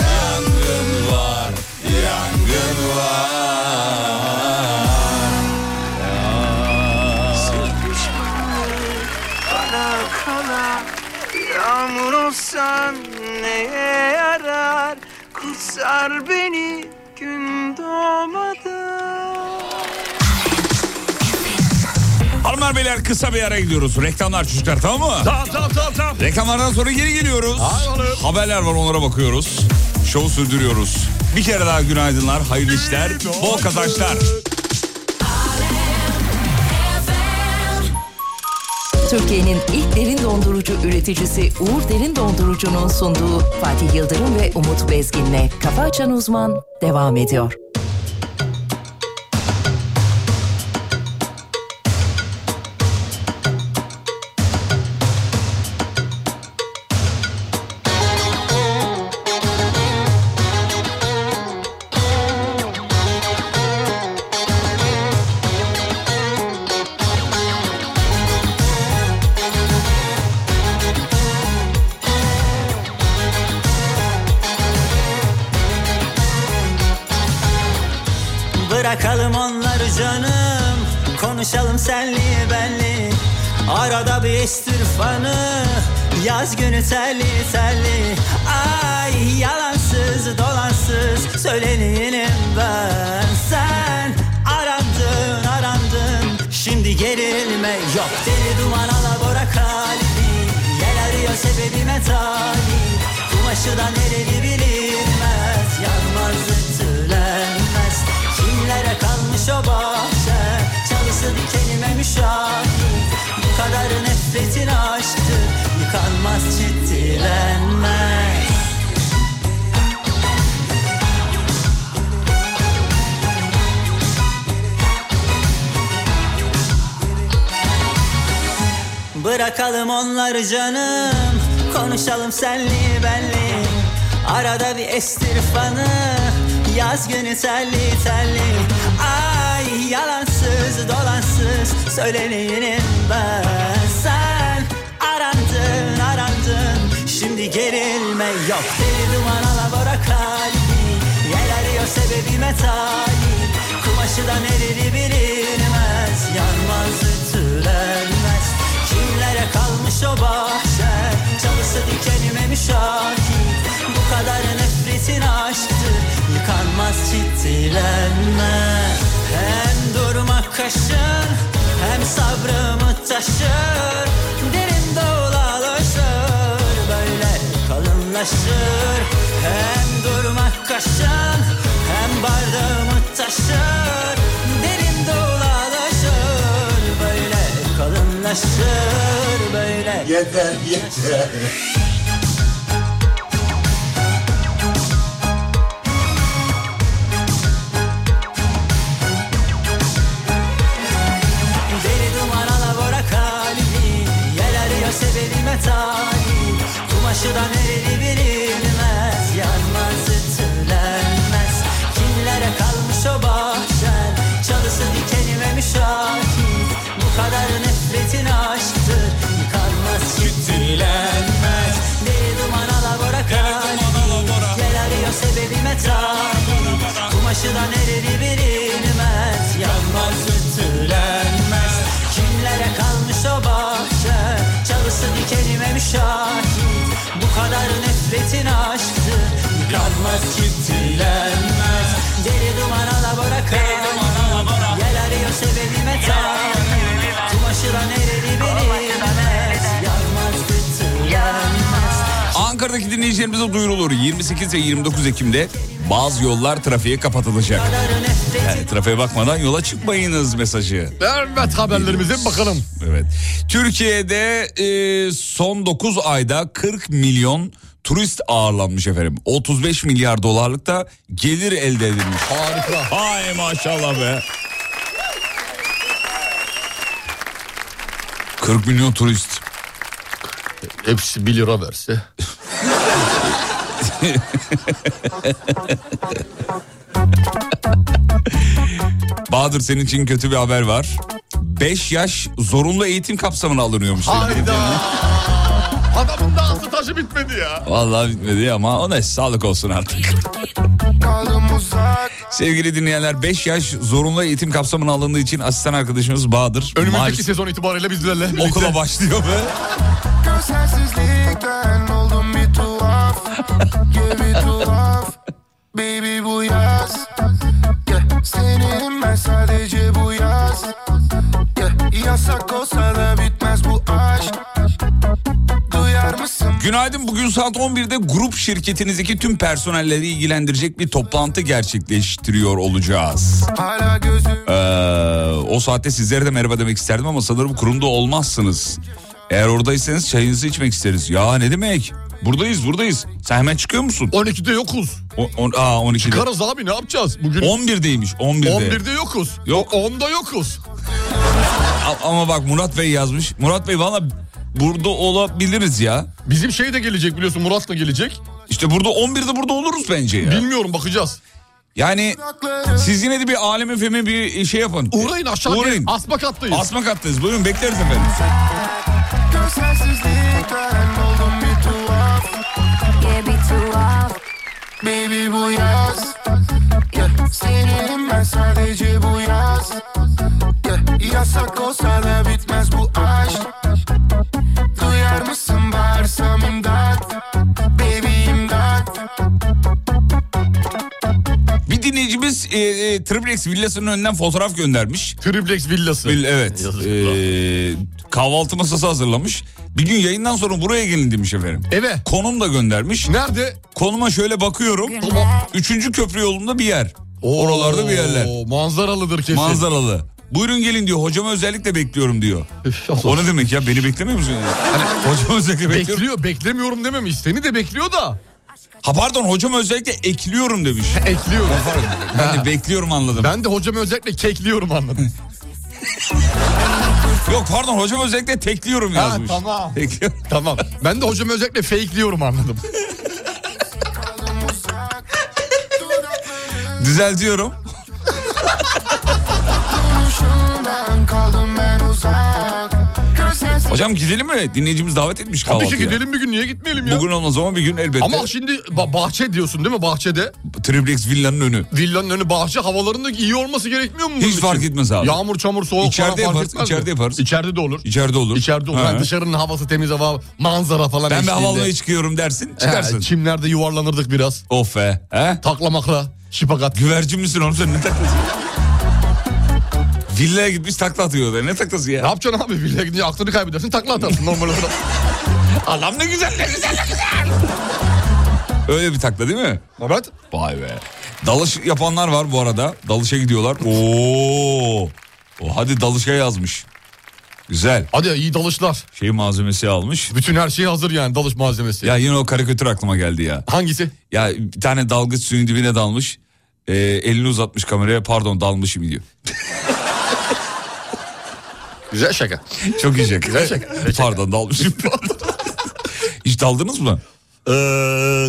C: Yangın var, yangın var.
H: Kala kala yağmur olsan neye yarar? Kutsar beni gün doğmadan.
C: Hanımlar beyler kısa bir ara gidiyoruz. Reklamlar çocuklar tamam mı?
F: Tamam tamam tamam tamam.
C: Reklamlardan sonra geri geliyoruz.
F: Hay oğlum.
C: Haberler var onlara bakıyoruz. Şovu sürdürüyoruz. Bir kere daha günaydınlar, hayırlı işler, bol kazançlar.
A: Türkiye'nin ilk derin dondurucu üreticisi Uğur Derin Dondurucu'nun sunduğu Fatih Yıldırım ve Umut Bezgin'le Kafa Açan Uzman devam ediyor.
I: Bırakalım onları canım Konuşalım senli benli Arada bir istirfanı Yaz günü telli telli Ay yalansız dolansız Söyleneyim ben Sen arandın arandın Şimdi gerilme yok Deli duman alabora kalbi Yel arıyor sebebime talip Kumaşı da nereli bilinmez Yanmaz ütülenmez Kimlere kalmış o bahçe Çalısı dikenime müşahit Bu kadar nefretin aşktı Yıkanmaz ciddilenmez Bırakalım onları canım Konuşalım senli benli Arada bir estirfanı Yaz günü telli telli Ay yalansız dolansız Söyleneyim ben Sen arandın arandın Şimdi gerilme yok Deli duman alabora kalbi Yel arıyor sebebime talip Kumaşı da nereli bilinmez Yanmaz ütülenmez Kimlere kalmış o bahçe Çalısı dikenime müşahit Bu kadar nefretin aşktı Yıkanmaz ciddilenme Hem durmak kaşın Hem sabrımı taşır Derin dolalaşır Böyle kalınlaşır Hem durmak kaşın Hem bardağımı taşır Derin dolalaşır Böyle kalınlaşır Böyle Deli duman alabora kalbi Yel arıyor sebebime talip Kumaşı da nereli bilinmez Yanmaz ütülenmez Kimlere kalmış o bahçen Çalısı dikenime müşahit Bu kadar nefretin aşktır Yıkanmaz çitilenmez Deli duman alabora kalbi Yel arıyor sebebime talip Kumaşı da nereli bilinmez Yanmaz ütülenmez Kimlere kalmış o bahçe Çalısı dikenime müşahit Bu kadar nefretin aşktı Yıkanmaz ütülenmez Deli duman alabora kalbi Yel arıyor sebebime talip Kumaşı da nereli bilinmez Yanmaz ütülenmez
C: Ankara'daki dinleyicilerimize duyurulur. 28 ve 29 Ekim'de bazı yollar trafiğe kapatılacak. Yani trafiğe bakmadan yola çıkmayınız mesajı.
F: Evet haberlerimize bir bakalım.
C: Evet. Türkiye'de e, son 9 ayda 40 milyon turist ağırlanmış efendim. 35 milyar dolarlık da gelir elde edilmiş.
F: Harika.
C: Hay maşallah be. 40 milyon turist.
F: Hepsi 1 lira verse.
C: Bahadır senin için kötü bir haber var. 5 yaş zorunlu eğitim kapsamına alınıyormuş.
F: Hayda. Adamın da altı taşı bitmedi ya.
C: Vallahi bitmedi ama o ne sağlık olsun artık.
D: Kaldım uzak
C: Sevgili dinleyenler 5 yaş zorunlu eğitim kapsamına alındığı için asistan arkadaşımız Bahadır.
F: Önümüzdeki
C: maalesef
F: sezon itibariyle bizlerle. birlikte.
C: okula başlıyor ve
D: gözlersizlikten oldum bir tuhaf Gibi tuhaf Baby bu yaz yeah. Seninim ben sadece bu yaz yeah. Yasa
J: uzak olsa da bitmez bu aşk Duyar mısın?
C: Günaydın. Bugün saat 11'de grup şirketinizdeki tüm personelleri ilgilendirecek bir toplantı gerçekleştiriyor olacağız.
J: Hala gözüm
C: Ee, o saatte sizlere de merhaba demek isterdim ama sanırım kurumda olmazsınız. Eğer oradaysanız çayınızı içmek isteriz. Ya ne demek? Buradayız buradayız. Sen hemen çıkıyor musun?
F: 12'de yokuz.
C: O, on, aa 12'de.
F: Karız abi ne yapacağız? Bugün
C: 11'deymiş 11'de.
F: 11'de yokuz.
C: Yok.
F: 10'da yokuz.
C: A- Ama bak Murat Bey yazmış. Murat Bey valla burada olabiliriz ya.
F: Bizim şey de gelecek biliyorsun Murat da gelecek.
C: İşte burada 11'de burada oluruz bence ya.
F: Bilmiyorum bakacağız.
C: Yani siz yine de bir alem efemi bir şey yapın.
F: Uğrayın aşağı
C: Uğrayın.
F: gelin. Asma kattayız.
C: Asma kattayız. Buyurun bekleriz efendim.
J: Gözsensizlikten oldum bir tuhaf Baby bu yaz yeah. Seninim ben sadece bu yaz yeah. Yasak olsa da bitmez bu aşk Duyar mısın bağırsam imdat Baby imdat
C: Bir dinleyicimiz e, e, Triplex villasının önünden fotoğraf göndermiş.
F: Triplex villası.
C: Vil- evet. E, kahvaltı masası hazırlamış. Bir gün yayından sonra buraya gelin demiş efendim.
F: Eve.
C: Konum da göndermiş.
F: Nerede?
C: Konuma şöyle bakıyorum.
F: Tamam.
C: Üçüncü köprü yolunda bir yer. Oralarda bir yerler.
F: Oo, Manzaralıdır kesin.
C: Manzaralı. Buyurun gelin diyor. Hocamı özellikle bekliyorum diyor.
F: Üf, Allah.
C: O ne demek ya? Beni beklemiyor musun? Hani hocamı özellikle bekliyorum.
F: Bekliyor, beklemiyorum dememiş. Seni de bekliyor da.
C: Ha pardon hocamı özellikle ekliyorum demiş.
F: Ekliyorum.
C: Ben de bekliyorum anladım.
F: ben de hocamı özellikle kekliyorum anladın.
C: Yok pardon hocam özellikle tekliyorum yazmış.
F: tamam.
C: Tekliyorum.
F: tamam. Ben de hocamı özellikle fakeliyorum anladım.
C: Düzeltiyorum.
J: Şundan kaldım ben uzak Gözsensizlikten
C: Hocam gidelim mi? Dinleyicimiz davet etmiş
F: Tabii ki
C: kahvaltıya.
F: gidelim bir gün niye gitmeyelim ya?
C: Bugün olmaz ama bir gün elbette.
F: Ama şimdi ba- bahçe diyorsun değil mi? Bahçede.
C: Triplex villanın önü.
F: Villanın önü bahçe havalarında iyi olması gerekmiyor mu? bunun
C: Hiç
F: için?
C: fark etmez abi.
F: Yağmur, çamur, soğuk
C: İçeride
F: falan
C: yaparız,
F: fark etmez mi?
C: içeride yaparız.
F: İçeride de olur.
C: İçeride olur.
F: İçeride olur.
C: Ha.
F: Yani dışarının havası temiz hava, manzara
C: Ben
F: falan
C: bir
F: eşliğinde.
C: havalamaya çıkıyorum dersin.
F: Ha,
C: Çıkarsın.
F: Çimlerde yuvarlanırdık biraz.
C: of be. He?
F: Taklamakla, şipagat.
C: Güvercin misin oğlum sen ne taklası? Villaya gitmiş takla atıyor orada. Ne taklası
F: Ne
C: ya?
F: yapacaksın abi? Villaya gidince aklını kaybedersin, takla atarsın normal olarak.
C: Allah'ım ne güzel ne güzel ne güzel. Öyle bir takla değil mi?
F: Evet.
C: Vay be. Dalış yapanlar var bu arada. Dalışa gidiyorlar. Oo. O hadi dalışa yazmış. Güzel.
F: Hadi ya, iyi dalışlar.
C: Şey malzemesi almış.
F: Bütün her şey hazır yani dalış malzemesi.
C: Ya yine o karikatür aklıma geldi ya.
F: Hangisi?
C: Ya bir tane dalgıç suyun dibine dalmış. Ee, elini uzatmış kameraya pardon dalmışım diyor.
F: Güzel şaka.
C: Çok iyi şaka. pardon dalmışım. Hiç daldınız mı?
F: Ee,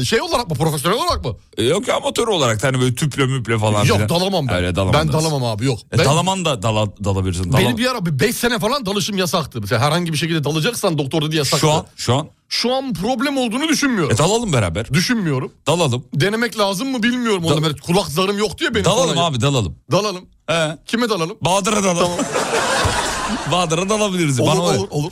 F: şey olarak mı? Profesyonel olarak mı?
C: E, yok ya amatör olarak da hani böyle tüple müple falan.
F: Yok
C: filan.
F: dalamam ben.
C: Öyle dalamam
F: ben
C: dersin.
F: dalamam abi yok.
C: E,
F: ben,
C: dalaman da dala, dalabilirsin. Dalam-
F: Beni bir ara 5 sene falan dalışım yasaktı. Mesela herhangi bir şekilde dalacaksan doktor dedi yasaktı.
C: Şu an, şu an.
F: Şu an problem olduğunu
C: E
F: düşünmüyorum.
C: dalalım beraber.
F: düşünmüyorum.
C: Dalalım.
F: Denemek lazım mı bilmiyorum.
C: Dal-
F: Onu Ben kulak zarım yok diye benim.
C: Dalalım
F: falan.
C: abi dalalım.
F: Dalalım.
C: He.
F: Kime dalalım?
C: Bahadır'a dalalım. Bahadır'a dalabiliriz.
F: Olur
C: Bana
F: olur,
C: olur.
F: olur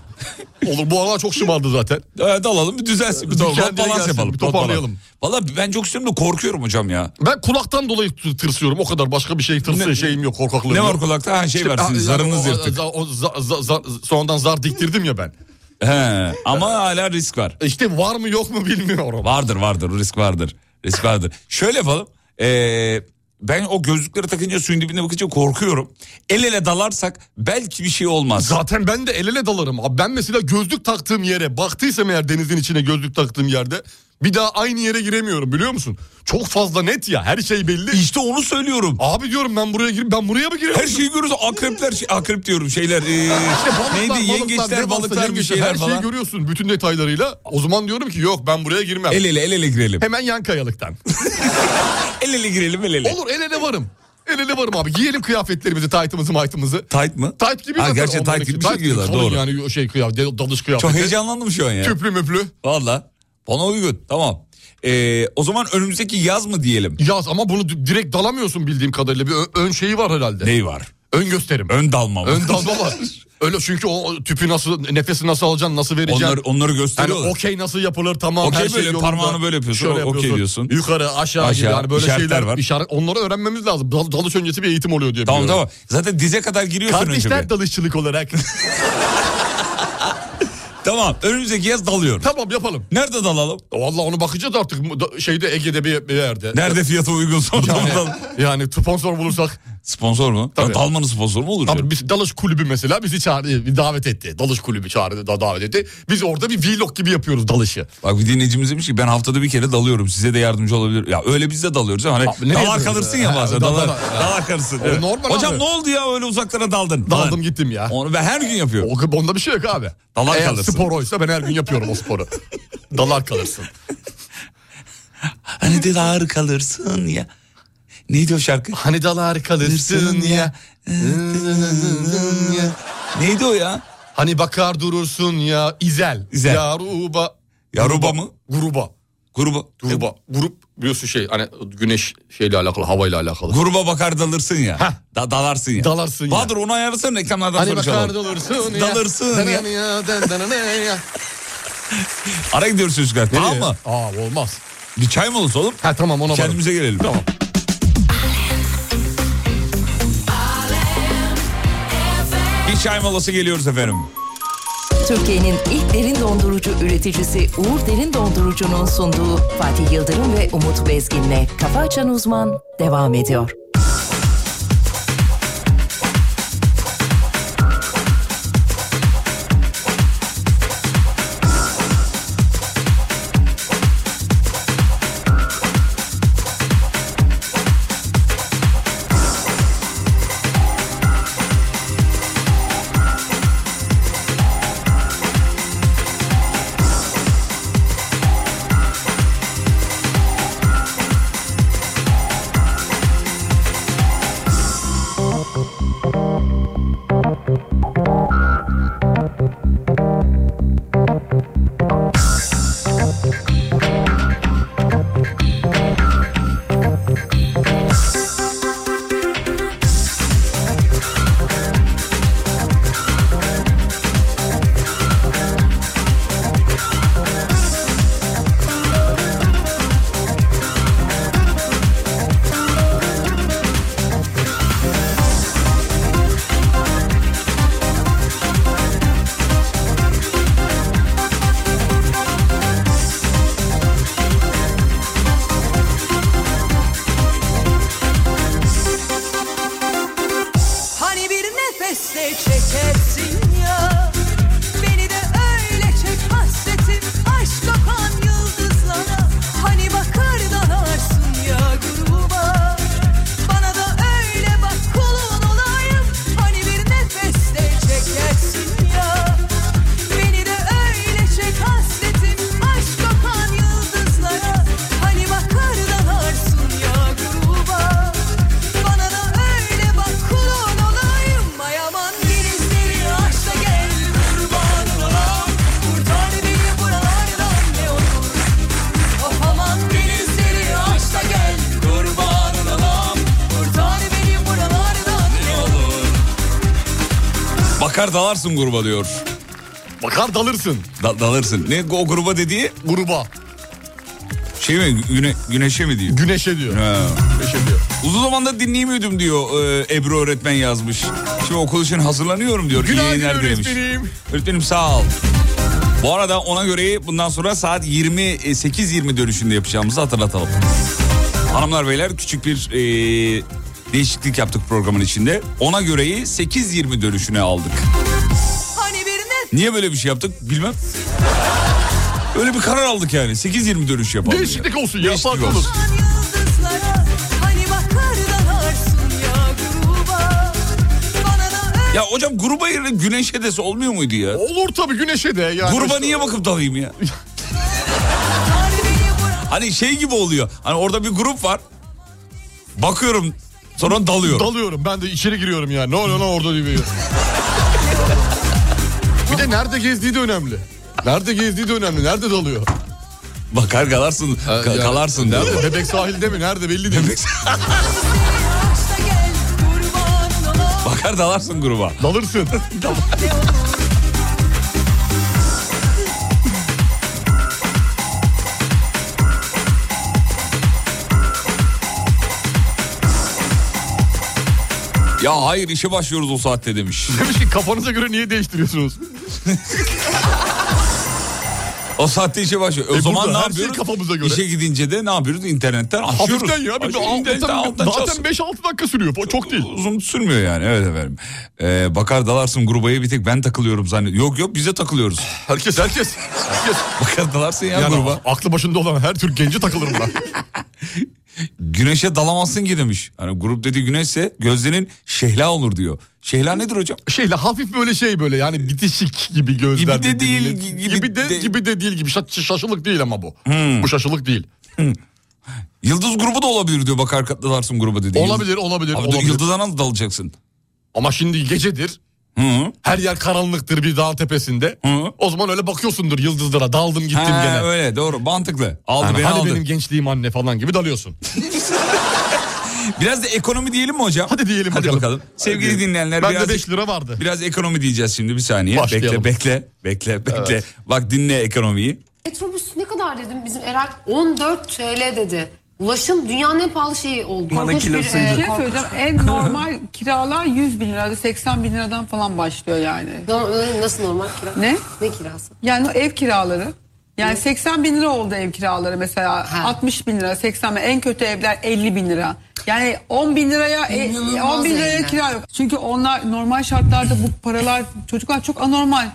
F: Olur, bu aralar çok şımardı zaten.
C: dalalım bir düzelsin. Bir,
F: Bir
C: doğru,
F: kendine
C: balans
F: gelsin,
C: yapalım.
F: bir toparlayalım.
C: Valla ben çok istiyorum da korkuyorum hocam ya.
F: Ben kulaktan dolayı t- tırsıyorum o kadar. Başka bir şey tırsın
C: Ne-
F: şeyim yok korkaklığım
C: Ne
F: yok.
C: var kulakta? Ha şey
F: İşte-
C: versin
F: Aa,
C: zarınız
F: o-
C: yırtık.
F: o- o- za- za- za- Sonradan zar diktirdim ya ben.
C: He, ama hala risk var.
F: İşte E var mı yok mu bilmiyorum.
C: Vardır vardır o risk vardır. Risk vardır. Şöyle yapalım. Ee, ben o gözlükleri takınca suyun dibine bakınca korkuyorum. El ele dalarsak belki bir şey olmaz.
F: Zaten ben de el ele dalarım. Abi ben mesela gözlük taktığım yere baktıysam eğer denizin içine gözlük taktığım yerde bir daha aynı yere giremiyorum biliyor musun? Çok fazla net ya her şey belli.
C: İşte onu söylüyorum.
F: Abi diyorum ben buraya girip ben buraya mı giriyorum?
C: Her şeyi görüyoruz. Akrepler, şey- akrep diyorum şeyler. ee,
F: balıklar,
C: neydi?
F: balıklar, ne
C: yengeçler,
F: varsa
C: balıklar bir
F: yengeçler,
C: şeyler
F: Her şeyi
C: falan.
F: görüyorsun bütün detaylarıyla. O zaman diyorum ki yok ben buraya girmem.
C: El ele el ele girelim.
F: Hemen yan kayalıktan.
C: El ele girelim el ele.
F: Olur el ele varım. El ele varım abi. Giyelim kıyafetlerimizi, taytımızı, maytımızı.
C: Tight mı?
F: Tayt gibi
C: Ha,
F: zaten
C: gerçi
F: onlardaki.
C: tight gibi bir şey
F: Tayt
C: giyiyorlar
F: kalın
C: doğru.
F: Yani şey kıyafet, dalış kıyafeti.
C: Çok heyecanlandım şu an ya.
F: Tüplü müplü.
C: Valla. Bana uygun tamam. Ee, o zaman önümüzdeki yaz mı diyelim?
F: Yaz ama bunu d- direkt dalamıyorsun bildiğim kadarıyla. Bir ö- ön şeyi var herhalde.
C: Ney var?
F: Ön gösterim.
C: Ön dalma.
F: Ön dalma var. Öyle çünkü o tüpü nasıl, nefesi nasıl alacaksın, nasıl vereceksin.
C: Onları, onları
F: Yani
C: gösteriyorlar.
F: okey nasıl yapılır tamam
C: Okey
F: her şey
C: böyle,
F: yolunda.
C: parmağını böyle yapıyorsun,
F: Şöyle
C: o- okey diyorsun.
F: Yukarı aşağı,
C: Aşağı,
F: gibi yani böyle
C: işaretler
F: şeyler
C: var.
F: var. Işaret, onları öğrenmemiz lazım. Dal, dalış öncesi bir eğitim oluyor diye
C: Tamam
F: biliyorum.
C: tamam. Zaten dize kadar giriyorsun önce
F: Kardeşler
C: bir.
F: dalışçılık olarak.
C: Tamam önümüzdeki yaz dalıyorum.
F: tamam yapalım.
C: Nerede dalalım?
F: Vallahi onu bakacağız artık Da- şeyde Ege'de bir, bir yerde.
C: Nerede fiyatı uygun
F: Yani,
C: sordum.
F: yani sponsor bulursak.
C: Sponsor mu?
F: Tabii.
C: Ya dalmanın sponsoru mu olur?
F: Tabii
C: canım?
F: biz dalış kulübü mesela bizi çağırdı, bir davet etti. Dalış kulübü çağırdı, da davet etti. Biz orada bir vlog gibi yapıyoruz dalışı.
C: Bak bir dinleyicimiz demiş ki ben haftada bir kere dalıyorum size de yardımcı olabilir. Ya öyle biz de dalıyoruz ama hani
F: Abi ne
C: dalar
F: yapıyoruz
C: kalırsın
F: ya?
C: ya
F: Ha,
C: bazen.
F: dal-
C: Dalar,
F: dal-
C: dalar kalırsın. Evet.
F: normal
C: Hocam
F: abi.
C: ne oldu ya öyle uzaklara daldın?
F: Daldım
C: Falan.
F: gittim ya.
C: Onu ben her gün yapıyorum.
F: O, onda bir şey yok abi.
C: Dalar
F: Eğer
C: kalırsın.
F: spor oysa ben her gün yapıyorum o sporu. Dalar kalırsın.
C: Hani de dalar kalırsın ya. Neydi o şarkı?
F: Hani dalar kalırsın ya.
C: Neydi o ya?
F: Hani bakar durursun ya. İzel.
C: İzel.
F: Yaruba.
C: Yaruba mı?
F: Gruba.
C: Gruba.
F: Gruba. Grup biliyorsun şey hani güneş şeyle alakalı havayla alakalı.
C: Gruba bakar dalırsın ya. Da, dalarsın ya.
F: Dalarsın ya.
C: Bahadır onu ayarlasana reklamlardan
F: Hani
C: sonra
F: bakar
C: çalalım.
F: durursun ya.
C: Dalırsın ya.
F: Danan dan danan ya.
C: Ara gidiyoruz çocuklar tamam mı?
F: Aa olmaz.
C: Bir çay mı olursa oğlum?
F: Ha tamam ona varım.
C: Kendimize gelelim. Tamam. Bir çay molası geliyoruz efendim.
A: Türkiye'nin ilk derin dondurucu üreticisi Uğur Derin Dondurucu'nun sunduğu Fatih Yıldırım ve Umut Bezgin'le Kafa Açan Uzman devam ediyor.
D: Hani bir nefeste çekersin ya Beni de öyle çek hasretim Aşk kokan yıldızlara Hani bakar dalarsın ya gruba Bana da öyle bak kulun olayım Hani bir nefeste çekersin ya Beni de öyle çek hasretim Aşk kokan yıldızlara Hani bakar dalarsın ya gruba Bana da öyle bak kulun olayım Ay aman denizleri aşla gel kurban olam Kurtar beni buralardan ne olur Of aman denizleri aşla gel kurban olam Kurtar beni buralardan ne olur
C: Bakar dalarsın gruba diyor.
F: Bakar dalırsın
C: Da- dalırsın. Ne o gruba dediği?
F: gruba.
C: Şey mi? Güne- güneşe mi diyor?
F: Güneşe diyor.
C: Ha.
F: Güneşe diyor.
C: Uzun zamanda dinleyemiyordum diyor e, Ebru öğretmen yazmış. Şimdi okul için hazırlanıyorum diyor. İyi
F: Günaydın
C: yayınlar dilemiş.
F: öğretmenim.
C: Öğretmenim sağ ol. Bu arada ona göre bundan sonra saat 20 e, 8.20 dönüşünde yapacağımızı hatırlatalım. Hanımlar beyler küçük bir e, değişiklik yaptık programın içinde. Ona göreyi 8.20 dönüşüne aldık.
D: Hani bir nefes
C: Niye böyle bir şey yaptık bilmem. Öyle bir karar aldık yani. 8.20 dönüş yapalım. diye.
F: Değişiklik olsun ya.
C: Değişiklik
F: Farklı
C: olsun.
F: olur.
D: Aman yıldızlara hani bakar dalarsın ya gruba Bana da öyle
C: Ya hocam gruba yerine güneşe dese olmuyor muydu ya?
F: Olur tabii güneşe de. Yani
C: Gruba
F: İşte-
C: niye bakıp dalayım ya?
D: beni buralardan
C: Hani şey gibi oluyor. Hani orada bir grup var. Bakıyorum sonra dalıyorum.
F: Dalıyorum ben de içeri giriyorum ya. Ne oluyor lan orada diye. bir de nerede gezdiği de önemli. Nerede gezdiği de önemli. Nerede dalıyor?
C: Bakar kalarsın. ka-
F: Yani
C: kalarsın değil mi?
F: nerede? Bebek sahilde mi? Nerede belli değil.
C: Bebek-
D: aşla gel kurban olam
C: Bak Çıkar dalarsın gruba.
F: Dalırsın.
C: Ya hayır işe başlıyoruz o saatte demiş.
F: Demiş ki kafanıza göre niye değiştiriyorsunuz?
C: O saatte işe başlıyor. O
F: E
C: zaman
F: burada
C: ne
F: her şey
C: yapıyoruz?
F: kafamıza göre.
C: İşe gidince de ne yapıyoruz? İnternetten açıyoruz.
F: Hafiften ya. Bir,
C: Açıyoruz,
F: zaten,
C: internetten alttan çalsın.
F: zaten 5-6 dakika sürüyor. Fa- Çok değil.
C: Uzun sürmüyor yani evet efendim. Ee, bakar dalarsın grubaya bir tek ben takılıyorum zannet. Yok yok bize takılıyoruz.
F: Herkes herkes. herkes.
C: Bakar dalarsın ya
F: Yani
C: gruba.
F: aklı başında olan her Türk genci takılır buna.
C: Güneşe dalamazsın ki demiş. Hani grup dediği güneşse gözlerin şehla olur diyor. Şehla nedir hocam?
F: Şeyle hafif böyle şey böyle yani bitişik gibi gözler.
C: Gibi de değil,
F: birbirine-
C: gibi
F: gibi de,
C: de-
F: gibi de değil gibi. Şa- şaşılık değil ama bu. Bu şaşılık değil.
C: Hmm. Yıldız grubu da olabilir diyor bakar dalarsın gruba dedi.
F: Olabilir, olabilir,
C: Abi,
F: olabilir.
C: Yıldızdan nasıl dalacaksın?
F: Ama şimdi gecedir.
C: Hı.
F: Her yer karanlıktır bir dağ tepesinde.
C: Hı.
F: O zaman öyle bakıyorsundur yıldızlara. Daldım gittim
C: Ha,
F: gene.
C: öyle doğru mantıklı. Aldı
F: Yani
C: beni
F: hani
C: aldı.
F: benim gençliğim anne falan gibi dalıyorsun.
C: Biraz da ekonomi diyelim mi hocam?
F: Hadi diyelim
C: Hadi bakalım.
F: bakalım.
C: Sevgili
F: Hadi.
C: dinleyenler
F: Bende
C: biraz
F: 5 lira vardı.
C: biraz ekonomi diyeceğiz şimdi bir saniye.
F: Başlayalım.
C: Bekle bekle bekle bekle. Bak dinle ekonomiyi.
K: Metrobüs ne kadar dedim bizim Erak 14 TL dedi. Ulaşım dünyanın en pahalı şeyi oldu.
H: Bana
K: Korkunç bir,
H: kilosuydu.
K: e,
L: Ne şey söyleyeceğim en normal kiralar 100 bin lira 80 bin liradan falan başlıyor yani.
K: korkunç- Ee, Nasıl normal kira?
L: Ne?
K: Ne kirası?
L: Yani o ev kiraları. Yani 80 bin lira oldu ev kiraları mesela.
K: Ha.
L: 60 bin lira 80 bin en kötü evler 50 bin lira. Yani 10 bin liraya e,
K: İnanılmaz
L: 10 bin liraya
K: evler.
L: kira yok. Çünkü onlar normal şartlarda bu paralar çocuklar çok anormal.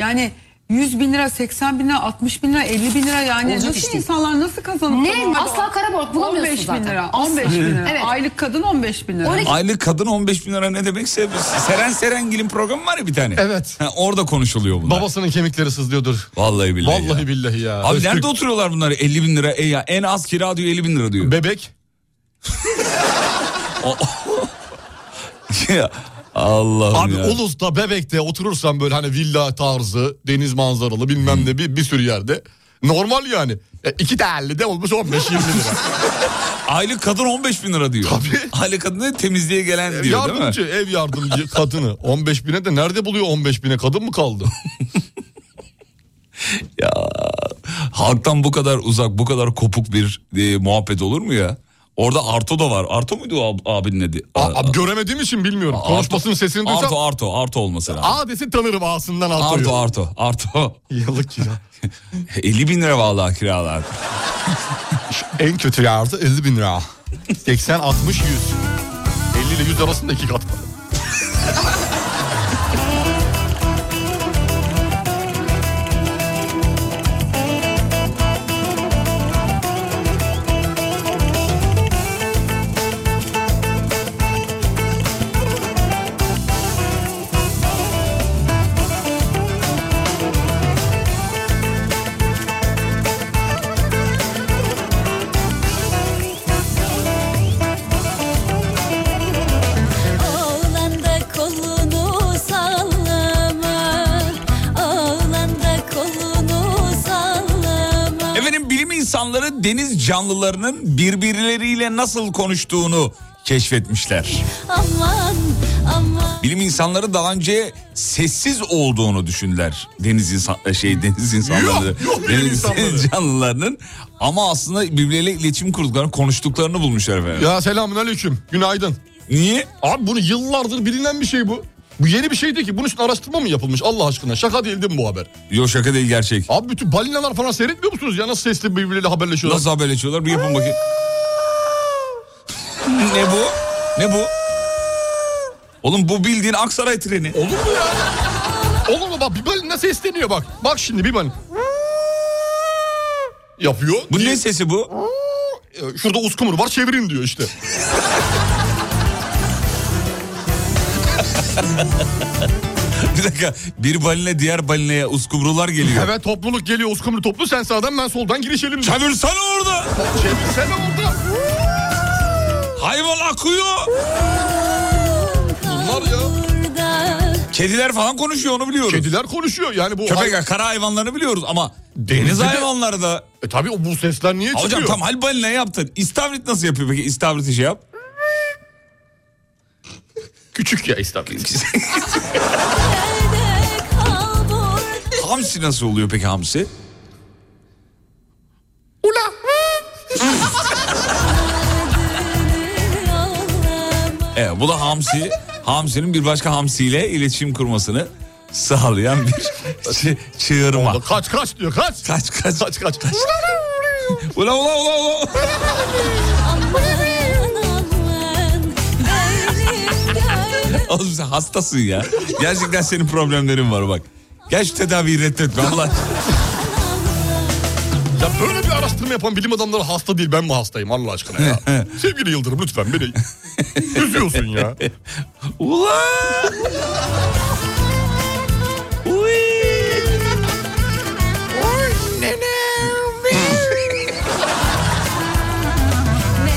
L: Yani 100 bin lira, 80 bin lira, 60 bin lira, 50 bin lira yani
K: Olacak
L: nasıl
K: iş değil.
L: insanlar nasıl kazanıp
K: Ne?
L: da bunları-
K: Asla kara borç bulamıyorsun
L: 15 bin
K: zaten.
L: lira,
K: Asla.
L: 15 bin lira.
K: Evet.
L: Aylık kadın 15 bin lira.
K: Oraya-
C: Aylık kadın 15 bin lira ne demekse biz- Seren Serengil'in programı var ya bir tane.
F: Evet.
C: Ha, orada konuşuluyor bunlar.
F: Babasının kemikleri sızlıyordur.
C: Vallahi billahi.
F: Vallahi
C: ya.
F: billahi ya.
C: Abi
F: Öztürk-
C: nerede oturuyorlar bunlar 50 bin lira? E ya, en az kira diyor 50 bin lira diyor.
F: Bebek.
C: Ya, Allah'ım
F: Abi
C: ya.
F: Ulus'ta Bebek'te oturursan böyle hani villa tarzı, deniz manzaralı bilmem ne bir, bir sürü yerde. Normal yani. E, iki değerli de olmuş 15-20 lira.
C: Aylık kadın 15 bin lira diyor.
F: Tabii.
C: Aylık kadın da temizliğe gelen diyor değil mi?
F: Ee, yardımcı, ev yardımcı kadını. 15 bine de nerede buluyor 15 bine kadın mı kaldı?
C: Ya halktan bu kadar uzak, bu kadar kopuk bir e, muhabbet olur mu ya? Orada Arto da var. Arto muydu o ab, abinin adı?
F: A-
C: A-
F: Abi göremediğim için bilmiyorum.
C: Arto-
F: Konuşmasının sesini duysam.
C: Arto, Arto, Arto olması lazım.
F: A desin tanırım ağzından Arto'yu.
C: Arto,
F: Arto,
C: Arto, Arto.
F: Yıllık kira.
C: 50 bin lira vallahi kiralar.
F: En kötü yardı 50 bin lira. 80, 60, 100. 50 ile 100 arasında iki kat.
I: Oğlan da kolunu sallama Oğlan da kolunu sallama
C: Efendim bilim insanları deniz canlılarının birbirleriyle nasıl konuştuğunu keşfetmişler.
I: Aman aman
C: Bilim insanları daha önce sessiz olduğunu düşündüler. Deniz insan şey deniz insanları,
F: Yok, yok bilim
C: deniz
F: insanları.
C: canlılarının ama aslında birbirleriyle iletişim kurduklarını, konuştuklarını bulmuşlar efendim.
F: Ya selamün aleyküm. Günaydın.
C: Niye?
F: Abi bunu yıllardır bilinen bir şey bu. Bu yeni bir şey değil ki. Bunun için araştırma mı yapılmış Allah aşkına? Şaka değil değil mi bu haber?
C: Yok şaka değil gerçek.
F: Abi bütün balinalar falan seyretmiyor musunuz ya? Nasıl sesli birbirleriyle haberleşiyorlar?
C: Nasıl haberleşiyorlar? Bir yapın bakayım. ne bu? Ne bu? Oğlum bu bildiğin Aksaray treni.
F: Olur mu ya? Olur mu? Bak bir balina sesleniyor bak. Bak şimdi bir balina. Yapıyor.
C: Bu
F: Niye-
C: ne sesi bu?
F: Ee, Şurada uskumru var çevirin diyor işte.
C: Bir dakika. Bir balina diğer balinaya uskumrular geliyor.
F: Hemen topluluk geliyor uskumru toplu sen sağdan ben soldan girişelim diyor.
C: Çevirsene orada.
F: Çevirsene orada.
C: Hayvan akıyor.
F: Bunlar ya.
C: Kediler falan konuşuyor onu biliyoruz.
F: Kediler konuşuyor yani bu.
C: Köpek, kara hayvanlarını biliyoruz ama deniz
F: Denizde de-
C: hayvanları da.
F: E tabii o- bu sesler niye çıkıyor?
C: Hocam tam hal balina yaptın. İstavrit nasıl yapıyor peki? İstavrit'i şey yap.
F: Küçük ya İstanbul.
C: Hamsi nasıl oluyor peki hamsi?
D: Ula.
C: Evet bu da hamsi. Hamsinin bir başka hamsiyle iletişim kurmasını sağlayan bir çı- çığırma.
F: Kaç kaç diyor kaç.
C: Kaç kaç.
F: Kaç kaç. kaç.
C: Ula ula ula ula. Oğlum sen hastasın ya. Gerçekten senin problemlerin var bak. Gel şu tedaviyi reddetme Allah.
F: Ya böyle bir araştırma yapan bilim adamları hasta değil ben mi hastayım Allah aşkına ya. Sevgili Yıldırım lütfen beni üzüyorsun ya.
C: Ula.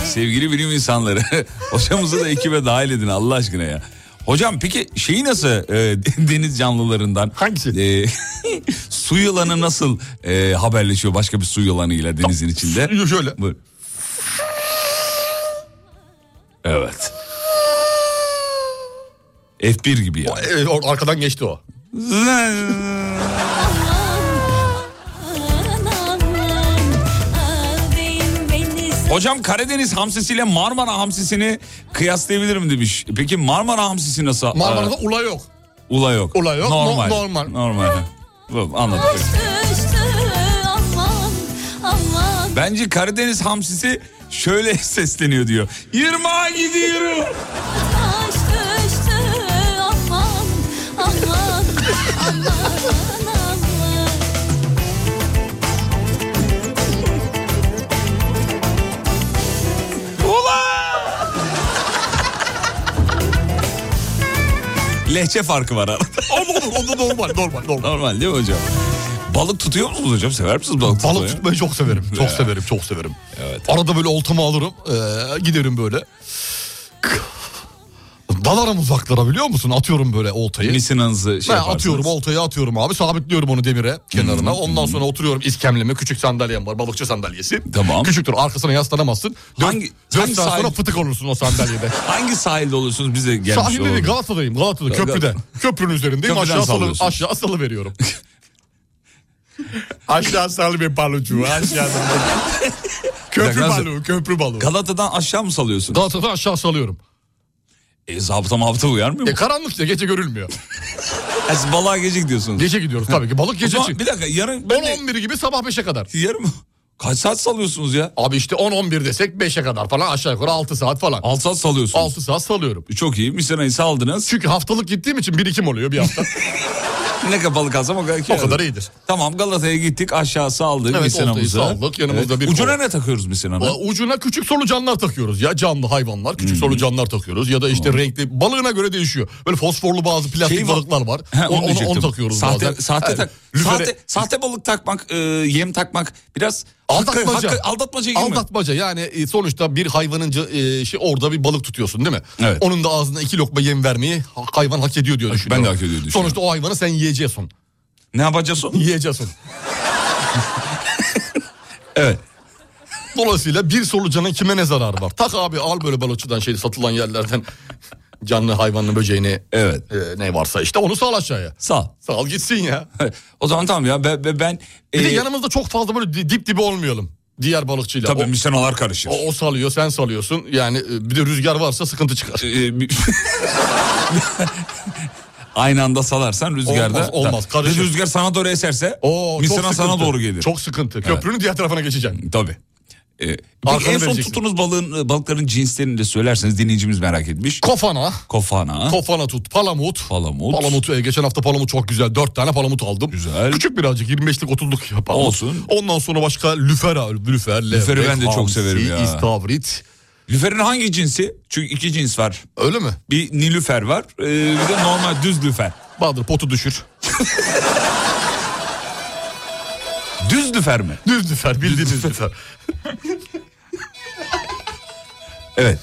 C: Sevgili bilim insanları. Hocamızı da ekibe dahil edin Allah aşkına ya. Hocam peki şeyi nasıl e, deniz canlılarından? Hangisi? su yılanı nasıl e, haberleşiyor başka bir su yılanıyla denizin içinde?
F: Şöyle.
C: Buyur. Evet. F1 gibi yani.
F: Evet, e, or- arkadan geçti o.
C: Hocam Karadeniz hamsisiyle Marmara hamsisini kıyaslayabilirim demiş. Peki Marmara hamsisi nasıl?
F: Marmara'da
C: Ee,
F: ula yok.
C: ula yok.
F: Ula yok, no-
C: Normal.
F: normal.
C: Normal. Bu, Anladım. Bence Karadeniz hamsisi şöyle sesleniyor diyor. Yırmağa gidiyorum. Lehçe farkı var arada.
F: normal, normal, normal.
C: Normal değil mi hocam? Balık tutuyor musunuz hocam? Sever misiniz balık tutmayı?
F: Balık tutmayı çok severim. Çok
C: Ya.
F: severim, çok severim. Arada böyle oltamı alırım. ee, giderim böyle. Dalarım uzaklara biliyor musun? Atıyorum böyle oltayı.
C: Misinanızı şey
F: Ben
C: yaparsınız.
F: atıyorum oltayı atıyorum abi. Sabitliyorum onu demire kenarına.
C: Hmm.
F: Ondan sonra oturuyorum iskemleme. Küçük sandalyem var. Balıkçı sandalyesi. Tamam. Küçüktür. Arkasına yaslanamazsın. Dört, hangi,
C: hangi
F: saat
C: sahil-
F: sonra fıtık olursun o sandalyede.
C: Hangi sahilde oluyorsunuz bize gelmiş
F: Sahilde değil
C: olalım.
F: Galata'dayım. Galata'da köprüde. Köprünün üzerindeyim.
C: Köprüden
F: Aşağı salı,
C: sallıyorsun.
F: aşağı salı veriyorum. aşağı salı bir balıcı. Aşağı salı. köprü
C: Galata-
F: balığı. Köprü balığı.
C: Galata'dan aşağı mı salıyorsun?
F: Galata'dan aşağı salıyorum.
C: E zabıta mabıta uyarmıyor mu?
F: E, karanlık ya gece görülmüyor.
C: Ha, siz balığa gece gidiyorsunuz.
F: Gece gidiyoruz tabii ki. Balık
C: O
F: gece
C: zaman
F: çık.
C: Bir dakika yarın...
F: 10-11 gibi sabah 5'e kadar.
C: Yarım Kaç saat salıyorsunuz ya?
F: Abi işte 10-11 desek 5'e kadar falan aşağı yukarı 6 saat falan.
C: 6 saat salıyorsunuz. E,
F: 6 saat salıyorum.
C: Çok iyi. Misinayı saldınız.
F: Çünkü haftalık gittiğim için birikim oluyor bir hafta.
C: ne kadar balık alsam o kadar
F: o kadar iyidir.
C: Tamam Galata'ya gittik aşağı saldık
F: Evet,
C: misinamızı.
F: oltayı saldık, yanımızda bir
C: Ucuna
F: kova.
C: ne takıyoruz misinanı?
F: O Ucuna küçük solucanlar takıyoruz ya canlı hayvanlar
C: Hmm.
F: küçük solucanlar takıyoruz ya da işte renkli balığına göre değişiyor. Böyle fosforlu bazı plastik
C: Şey var-
F: balıklar var.
C: He,
F: onu, onu,
C: diyecektim.
F: takıyoruz
C: sahte,
F: bazen.
C: Sahte,
F: Yani
C: tak,
F: lüfere-
C: sahte, sahte balık takmak, e, yem takmak biraz... hakkı-
F: Aldatmaca.
C: hakkı- aldatmaca gibi mi?
F: Aldatmaca yani e, sonuçta bir hayvanın ca- e, şey orada bir balık tutuyorsun değil mi?
C: Evet.
F: Onun da ağzına iki lokma yem vermeyi ha- hayvan hak ediyor diyor düşünüyorum.
C: ben de hak ediyor düşünüyorum.
F: Sonuçta o hayvanı sen yiyeceksin.
C: Ne yapacaksın?
F: Yiyeceksin.
C: Evet.
F: Dolayısıyla bir solucanın kime ne zararı var? Tak abi al böyle balıkçıdan şey satılan yerlerden canlı hayvanın böceğini
C: Evet.
F: e, ne varsa işte onu sal aşağıya.
C: Sağ.
F: Sal gitsin ya.
C: o zaman tamam ya ben... ben, ben
F: Bir de
C: e,
F: yanımızda çok fazla böyle di- dip dibe olmayalım. Diğer balıkçıyla.
C: Tabii
F: O-
C: misinalar karışır.
F: o, o salıyor sen salıyorsun. Yani e, bir de rüzgar varsa sıkıntı çıkar.
C: E, bir- Aynı anda salarsan rüzgarda...
F: Olmaz, olmaz,
C: Ta-
F: karışır.
C: Rüzgar sana doğru eserse
F: Oo, çok
C: misina sana
F: sıkıntı.
C: doğru gelir.
F: Çok sıkıntı. Köprünün diğer tarafına geçeceksin.
C: Tabii. E, peki
F: Arkanı
C: en son
F: vereceksin.
C: tuttuğunuz balığın, e, balıkların cinslerini de söylerseniz dinleyicimiz merak etmiş.
F: Kofana,
C: Kofana,
F: kofana tut, palamut.
C: palamut,
F: Palamut, e, geçen hafta palamut çok güzel. Dört tane palamut aldım.
C: Güzel.
F: Küçük birazcık 25'lik 30'luk ya palamut.
C: Olsun.
F: Ondan sonra başka lüfera, lüfer, levrek,
C: Lüferi ben de çok
F: hamsi,
C: severim ya.
F: istavrit.
C: Lüferin hangi cinsi? Çünkü iki cins var.
F: Öyle mi?
C: Bir nilüfer var, e, bir de normal düz lüfer.
F: Bahadır potu düşür.
C: Düz lüfer mi?
F: Düz lüfer bildiğiniz lüfer.
C: Evet.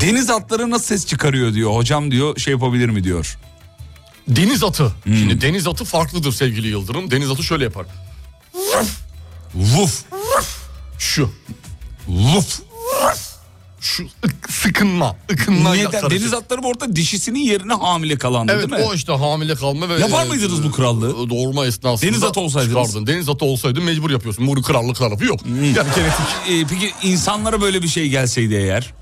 C: Deniz atları nasıl ses çıkarıyor diyor. Hocam diyor şey yapabilir mi diyor. Hmm.
F: Deniz atı. Şimdi deniz atı farklıdır sevgili Yıldırım. Deniz atı şöyle yapar.
C: Vuf.
F: Şu.
C: Vuf.
F: Şu. sıkınma, ıkınma.
C: Neden? Deniz atları bu arada dişisinin yerine hamile kalandı
F: Evet
C: değil mi?
F: o işte hamile kalma ve... e,
C: Yapar mıydınız bu
F: krallığı? Doğurma esnasında...
C: Deniz atı olsaydınız. Hmm.
F: çıkardın. Deniz atı olsaydın mecbur yapıyorsun. Bu krallık tarafı yok. Yani genetik.
C: Ee, peki insanlara böyle bir şey gelseydi eğer?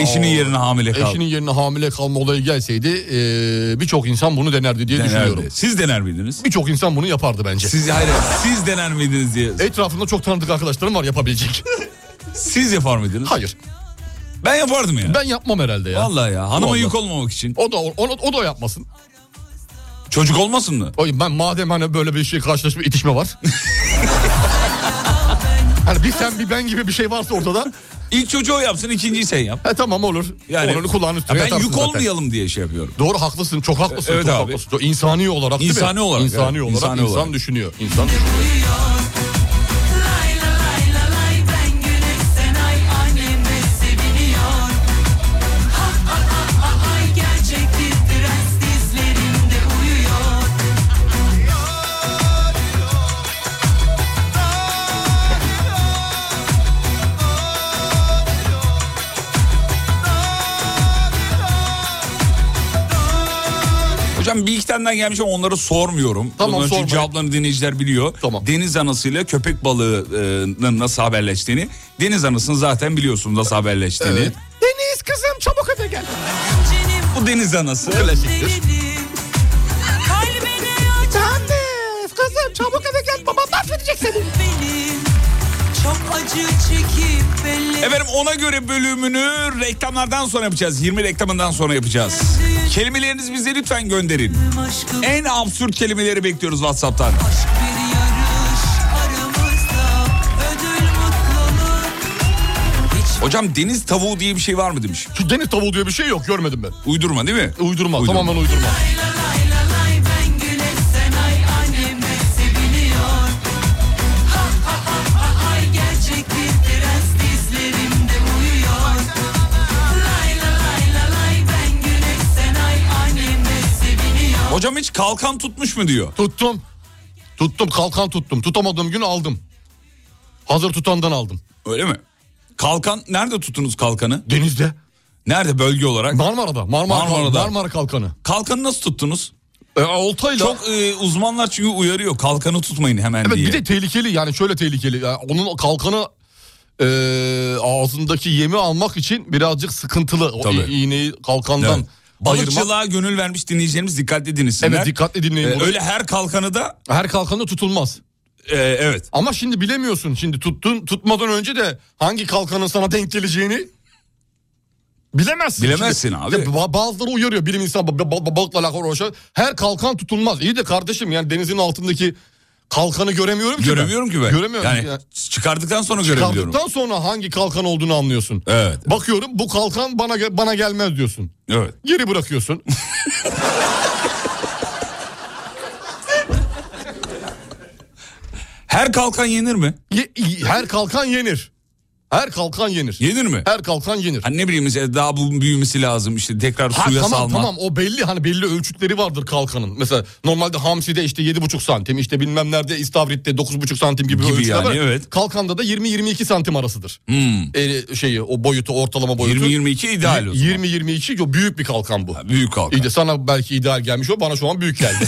C: eşinin
F: Ee, o-
C: yerine hamile kaldı.
F: Eşinin yerine hamile kalma olayı gelseydi ee, birçok insan bunu denerdi diye
C: Denerdi.
F: düşünüyorum.
C: Siz dener miydiniz?
F: Birçok insan bunu yapardı bence.
C: Siz hayır, siz dener miydiniz diye.
F: Etrafımda çok tanıdık arkadaşlarım var yapabilecek.
C: Siz yapar mıydınız?
F: Hayır.
C: Ben yapardım ya.
F: Ben yapmam herhalde ya.
C: Vallahi ya, hanıma yük olmamak için.
F: O da o, o da yapmasın.
C: Çocuk olmasın mı?
F: Oy ben madem hani böyle bir şey karşılaşma itişme var. hani bir sen bir ben gibi bir şey varsa ortada.
C: İlk çocuğu o yapsın ikinciyi sen yap.
F: He tamam olur. Yani, Oranı kulağın üstüne
C: ben
F: yatarsın
C: yük
F: zaten.
C: olmayalım diye şey yapıyorum.
F: Doğru haklısın çok haklısın.
C: Evet
F: çok
C: abi.
F: haklısın. Çok insani olarak değil
C: İnsani
F: mi?
C: olarak,
F: İnsani
C: evet.
F: olarak
C: İnsani
F: insan
C: olarak.
F: düşünüyor. İnsan düşünüyor.
D: Gerçek titrens dizlerimde uyuyor
C: Hocam bir iki taneden gelmiş ama onları sormuyorum.
F: Tamam,
C: Onların çünkü
F: sormayın.
C: cevaplarını dinleyiciler biliyor. Deniz anasıyla köpek balığının nasıl haberleştiğini. Deniz anasını zaten biliyorsunuz nasıl haberleştiğini.
D: Deniz kızım çabuk öte gel
C: Bu deniz anası.
D: Kalbini aç Deniz kızım çabuk öte gel babam mahvedecek seni Benim çok acı çekip belli
C: Efendim ona göre bölümünü reklamlardan sonra yapacağız. 20 reklamından sonra yapacağız. Kelimelerinizi bize lütfen gönderin. En absürt kelimeleri bekliyoruz WhatsApp'tan.
D: Bir yarış aramızda ödül mutluluk
C: Hocam deniz tavuğu diye bir şey var mı demiş.
F: Şu deniz tavuğu diye bir şey yok görmedim ben.
C: Uydurma değil mi?
F: Uydurma, tamamen uydurma.
D: Ay ben güneş sen ay annem seviniyor Ha ha ha ha ay gerçek bir prens dizlerimde uyuyor Lay la lay la lay ben güneş sen ay annem seviniyor
C: Hocam hiç kalkan tutmuş mu diyor.
F: Tuttum. Tuttum kalkan tuttum. Tutamadığım gün aldım. Hazır tutandan aldım.
C: Öyle mi? Kalkan nerede tuttunuz kalkanı?
F: Denizde.
C: Nerede bölge olarak?
F: Marmara'da. Marmara,
C: Marmara'da.
F: Marmara kalkanı.
C: Kalkanı nasıl tuttunuz?
F: oltayla.
C: Çok e, uzmanlar çünkü uyarıyor kalkanı tutmayın hemen
F: Evet
C: diye.
F: bir de tehlikeli yani şöyle tehlikeli. Yani onun kalkanı e, ağzındaki yemi almak için birazcık sıkıntılı. O
C: Tabii.
F: i- iğneyi kalkandan
C: Evet.
F: ayırmak.
C: Balıkçılığa gönül vermiş dinleyicilerimiz dikkatli dinlesinler. E,
F: Evet, dikkatli dinleyin bunu.
C: Ee, öyle her kalkanı da
F: Her kalkanı tutulmaz.
C: e, evet.
F: Ama şimdi bilemiyorsun şimdi tuttun tutmadan önce de hangi kalkanın sana denk geleceğini bilemezsin.
C: Bilemezsin abi.
F: Ya ba- bazıları uyarıyor bilim insan ba- ba- ba- balıkla alakalı uğraşan her kalkan tutulmaz. İyi de kardeşim yani denizin altındaki kalkanı göremiyorum ki
C: Göremiyorum ki ben.
F: Göremiyorum.
C: Yani
F: Yani
C: çıkardıktan sonra görebiliyorum.
F: Çıkardıktan sonra hangi kalkan olduğunu anlıyorsun.
C: Evet.
F: Bakıyorum bu kalkan bana ge- bana gelmez diyorsun.
C: Evet.
F: Geri bırakıyorsun.
C: Her kalkan yenir mi?
F: Ye- her kalkan yenir. Her kalkan yenir.
C: Yenir mi?
F: Her kalkan yenir.
C: Hani ne bileyim mesela daha bunun büyümesi lazım işte tekrar
F: Ha,
C: suya
F: tamam
C: salma.
F: tamam o belli hani belli ölçütleri vardır kalkanın. Mesela normalde hamside işte 7,5 santim işte bilmem nerede istavritte 9,5 santim gibi,
C: Gibi
F: ölçüler
C: yani,
F: var.
C: evet.
F: Kalkanda da 20-22 santim arasıdır.
C: Hmm.
F: E, şeyi o boyutu ortalama boyutu.
C: 20-22 ideal o zaman.
F: 20-22 yo, büyük bir kalkan bu.
C: Büyük kalkan.
F: İyi de sana belki ideal gelmiş o bana şu an büyük geldi.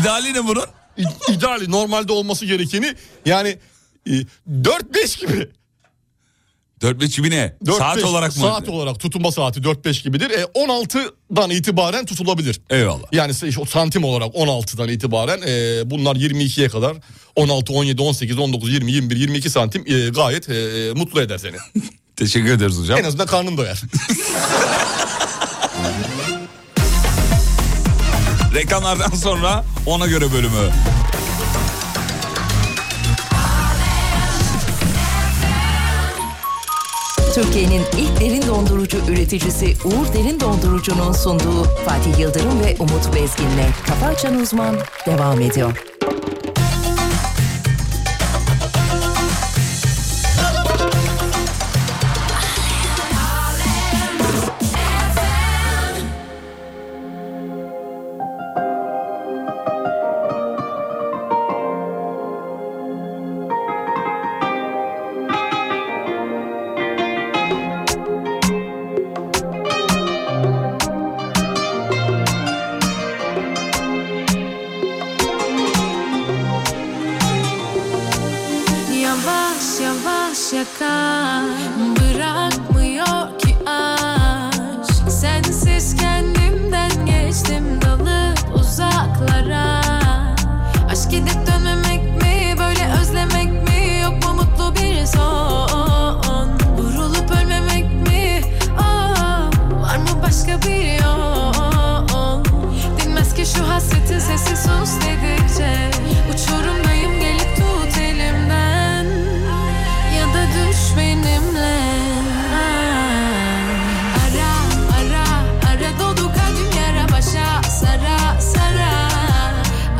C: İdeali ne bunun?
F: İ- ideali normalde olması gerekeni yani e, 4-5 gibi.
C: 4 5 gibi ne?
F: 4-5
C: saat olarak mı?
F: Saat olarak tutunma saati 4-5 gibidir. E, 16'dan itibaren tutulabilir.
C: Eyvallah.
F: Yani se- işte o santim olarak 16'dan itibaren e, bunlar 22'ye kadar 16, 17, 18, 19, 20, 21, 22 santim e, gayet e, mutlu eder seni.
C: Teşekkür ederiz hocam.
F: en azından karnın doyar.
C: Reklamlardan sonra ona göre bölümü.
A: Türkiye'nin ilk derin dondurucu üreticisi Uğur Derin Dondurucu'nun sunduğu Fatih Yıldırım ve Umut Bezgin'le Kafa Açan Uzman devam ediyor.
M: yavaş yavaş yakar Bırakmıyor ki aşk Sensiz kendimden geçtim dalıp uzaklara Aşk gidip dönmemek mi böyle özlemek mi Yok mu mutlu bir son Vurulup ölmemek mi Ah, Var mı başka bir yol Dinmez ki şu hasretin sesi sus dedikçe Uçurumdayım gelip tut elimden Ya da düş benimle Ara ara ara dolu kalbim yara başa Sara sara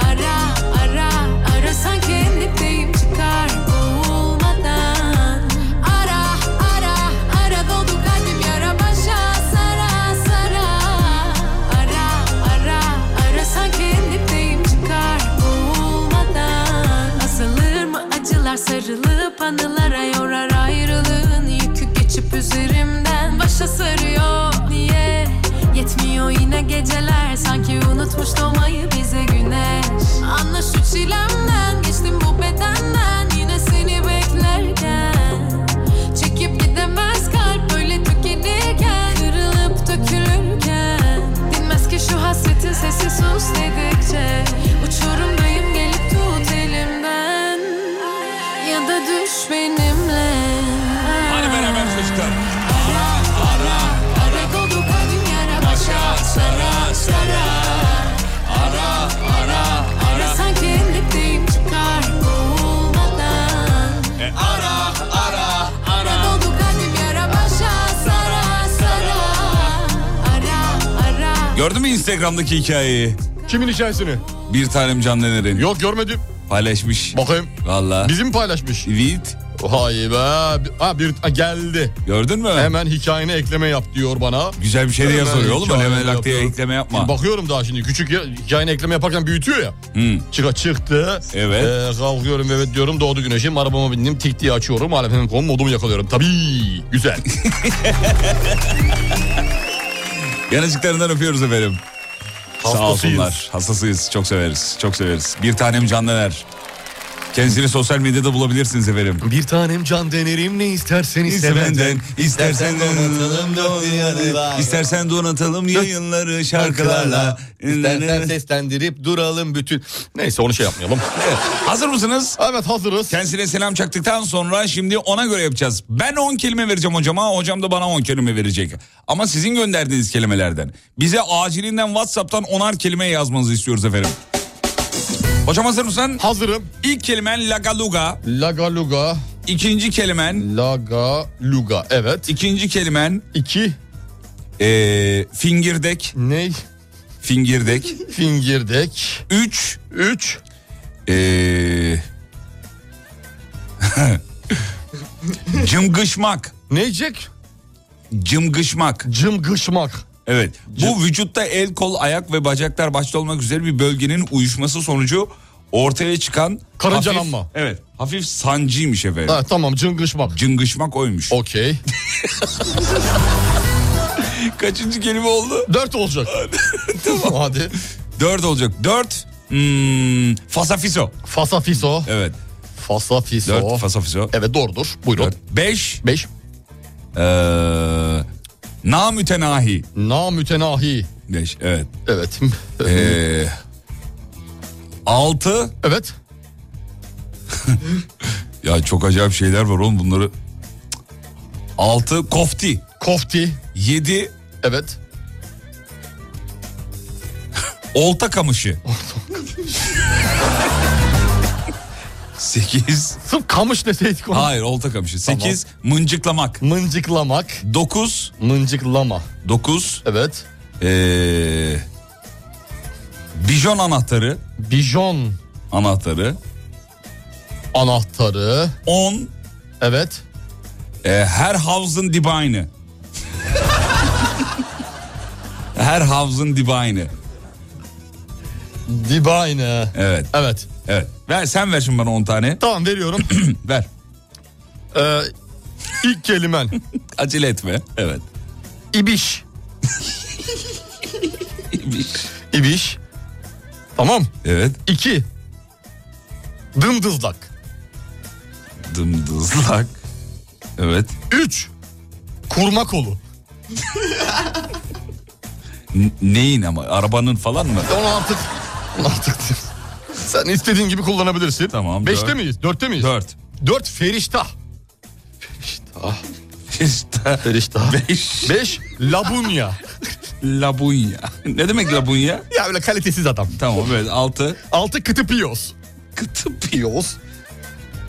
M: Ara ara ara sanki en dipteyim çıkar boğulmadan Ara ara ara dolu kalbim yara başa Sara sara Ara ara ara sanki en dipteyim çıkar boğulmadan Azalır mı acılar sarılıp anılara yorar ayrılığın yükü geçip üzerimden başa sarıyor Niye yetmiyor yine geceler sanki unutmuş doğmayı bize güneş Anla şu çilemden geçtim bu bedenden yine seni beklerken Çekip gidemez kalp böyle tükenirken Kırılıp dökülürken Dinmez ki şu hasretin sesi sus dedikçe Uçurumdayım gelip tut elimden Ya da düş benimle
C: Hadi beraber çocuklar.
M: Ara dolu kalbim yara başa Sara sara Ara ara Ara sanki en dipteyim çıkar boğulmadan
C: E, ara ara
M: Ara dolu kalbim yara başa Sara sara Ara ara
C: Gördün mü Instagram'daki hikayeyi?
F: Kimin hikayesini?
C: Bir tanem Can Dener'in.
F: Yok görmedim.
C: Paylaşmış.
F: Bakayım.
C: Valla.
F: Bizi mi paylaşmış?
C: Evet.
F: Hayır be. Ha bir ha, geldi.
C: Gördün mü?
F: Hemen hikayene ekleme yap diyor bana.
C: Güzel bir şey de
F: Hemen
C: yazıyor oğlum. Öyle
F: hikayene
C: hemen lak diye
F: yapıyorum.
C: ekleme yapma.
F: Şimdi bakıyorum daha şimdi. Küçük ya- hikayene ekleme yaparken büyütüyor ya. Çıka çıktı.
C: Evet.
F: Ee, kalkıyorum evet diyorum doğdu güneşim. Arabama bindim tik diye açıyorum. Alemin konu modumu yakalıyorum. Tabii. Güzel.
C: Yanıcıklarından öpüyoruz efendim. Sağ
F: Hastasıyız.
C: olsunlar. Hastasıyız. Çok severiz. Çok severiz. Bir tanem Can Dener. Kendisini sosyal medyada bulabilirsiniz efendim.
F: bir tanem can denerim ne isterseniz
C: Sevenden, istersen donatalım
F: dünyaları.
C: İstersen donatalım yayınları şarkılarla.
F: İstersen seslendirip duralım bütün. Neyse onu şey yapmayalım.
C: Hazır mısınız?
F: Evet hazırız.
C: Kendisine selam çaktıktan sonra şimdi ona göre yapacağız. Ben 10 kelime vereceğim hocama, hocam da bana 10 kelime verecek. Ama sizin gönderdiğiniz kelimelerden. Bize acilinden WhatsApp'tan 10'ar kelime yazmanızı istiyoruz efendim. Hocam hazır mısın?
F: Hazırım.
C: İlk kelimen lagaluga.
F: Lagaluga.
C: İkinci kelimen.
F: Lagaluga evet.
C: İkinci kelimen.
F: İki.
C: Ee, fingirdek.
F: Ney?
C: Fingirdek.
F: Fingirdek.
C: Üç.
F: Üç.
C: Ee... cımgışmak.
F: Necek?
C: Cımgışmak.
F: Cımgışmak.
C: Evet. Bu vücutta el, kol, ayak ve bacaklar başta olmak üzere bir bölgenin uyuşması sonucu ortaya çıkan...
F: Karıncalanma.
C: hafif- Evet. Hafif sancıymış efendim.
F: Ha, tamam cıngışmak.
C: Cıngışmak oymuş.
F: Okey.
C: Kaçıncı kelime oldu?
F: Dört olacak. Hadi.
C: Dört olacak. Dört. Hmm, fasafiso.
F: Fasafiso.
C: Evet.
F: Fasafiso.
C: Dört fasafiso.
F: Evet doğrudur. Buyurun.
C: Dört. Beş.
F: Beş.
C: Ee, namütenahi.
F: Namütenahi.
C: Beş. Evet.
F: Evet.
C: Ee, altı.
F: evet.
C: Ya çok acayip şeyler var oğlum bunları. Altı. Kofti.
F: Kofti.
C: Yedi.
F: Evet.
C: Olta kamışı. 8
F: Sırf kamış deseydik onu.
C: Hayır olta kamışı. 8 mıncıklamak.
F: Mıncıklamak.
C: 9
F: Mıncıklama.
C: 9
F: Evet.
C: ee, bijon anahtarı
F: Bijon
C: anahtarı
F: anahtarı.
C: 10
F: Evet.
C: Ee, her havzın dibayını. her havzın dibayını.
F: Divine.
C: Evet.
F: Evet.
C: Evet. Ver sen ver şimdi bana 10 tane.
F: Tamam veriyorum.
C: Ver.
F: ee, ilk kelimen.
C: Acele etme. Evet.
F: İbiş. İbiş. Tamam.
C: Evet.
F: İki. Dımdızlak.
C: Dımdızlak. Evet.
F: Üç. Kurma kolu.
C: N- neyin ama arabanın falan mı?
F: Onu artık, onu artık sen istediğin gibi kullanabilirsin. Tamam. Beşte
C: dört.
F: miyiz? Dörtte miyiz? Dört. Dört feriştah.
C: Feriştah.
F: Feriştah.
C: Beş.
F: Beş. Labunya.
C: labunya. Ne demek labunya?
F: Ya öyle kalitesiz adam.
C: Tamam evet altı.
F: Altı kıtıpiyoz.
C: Kıtıpiyoz.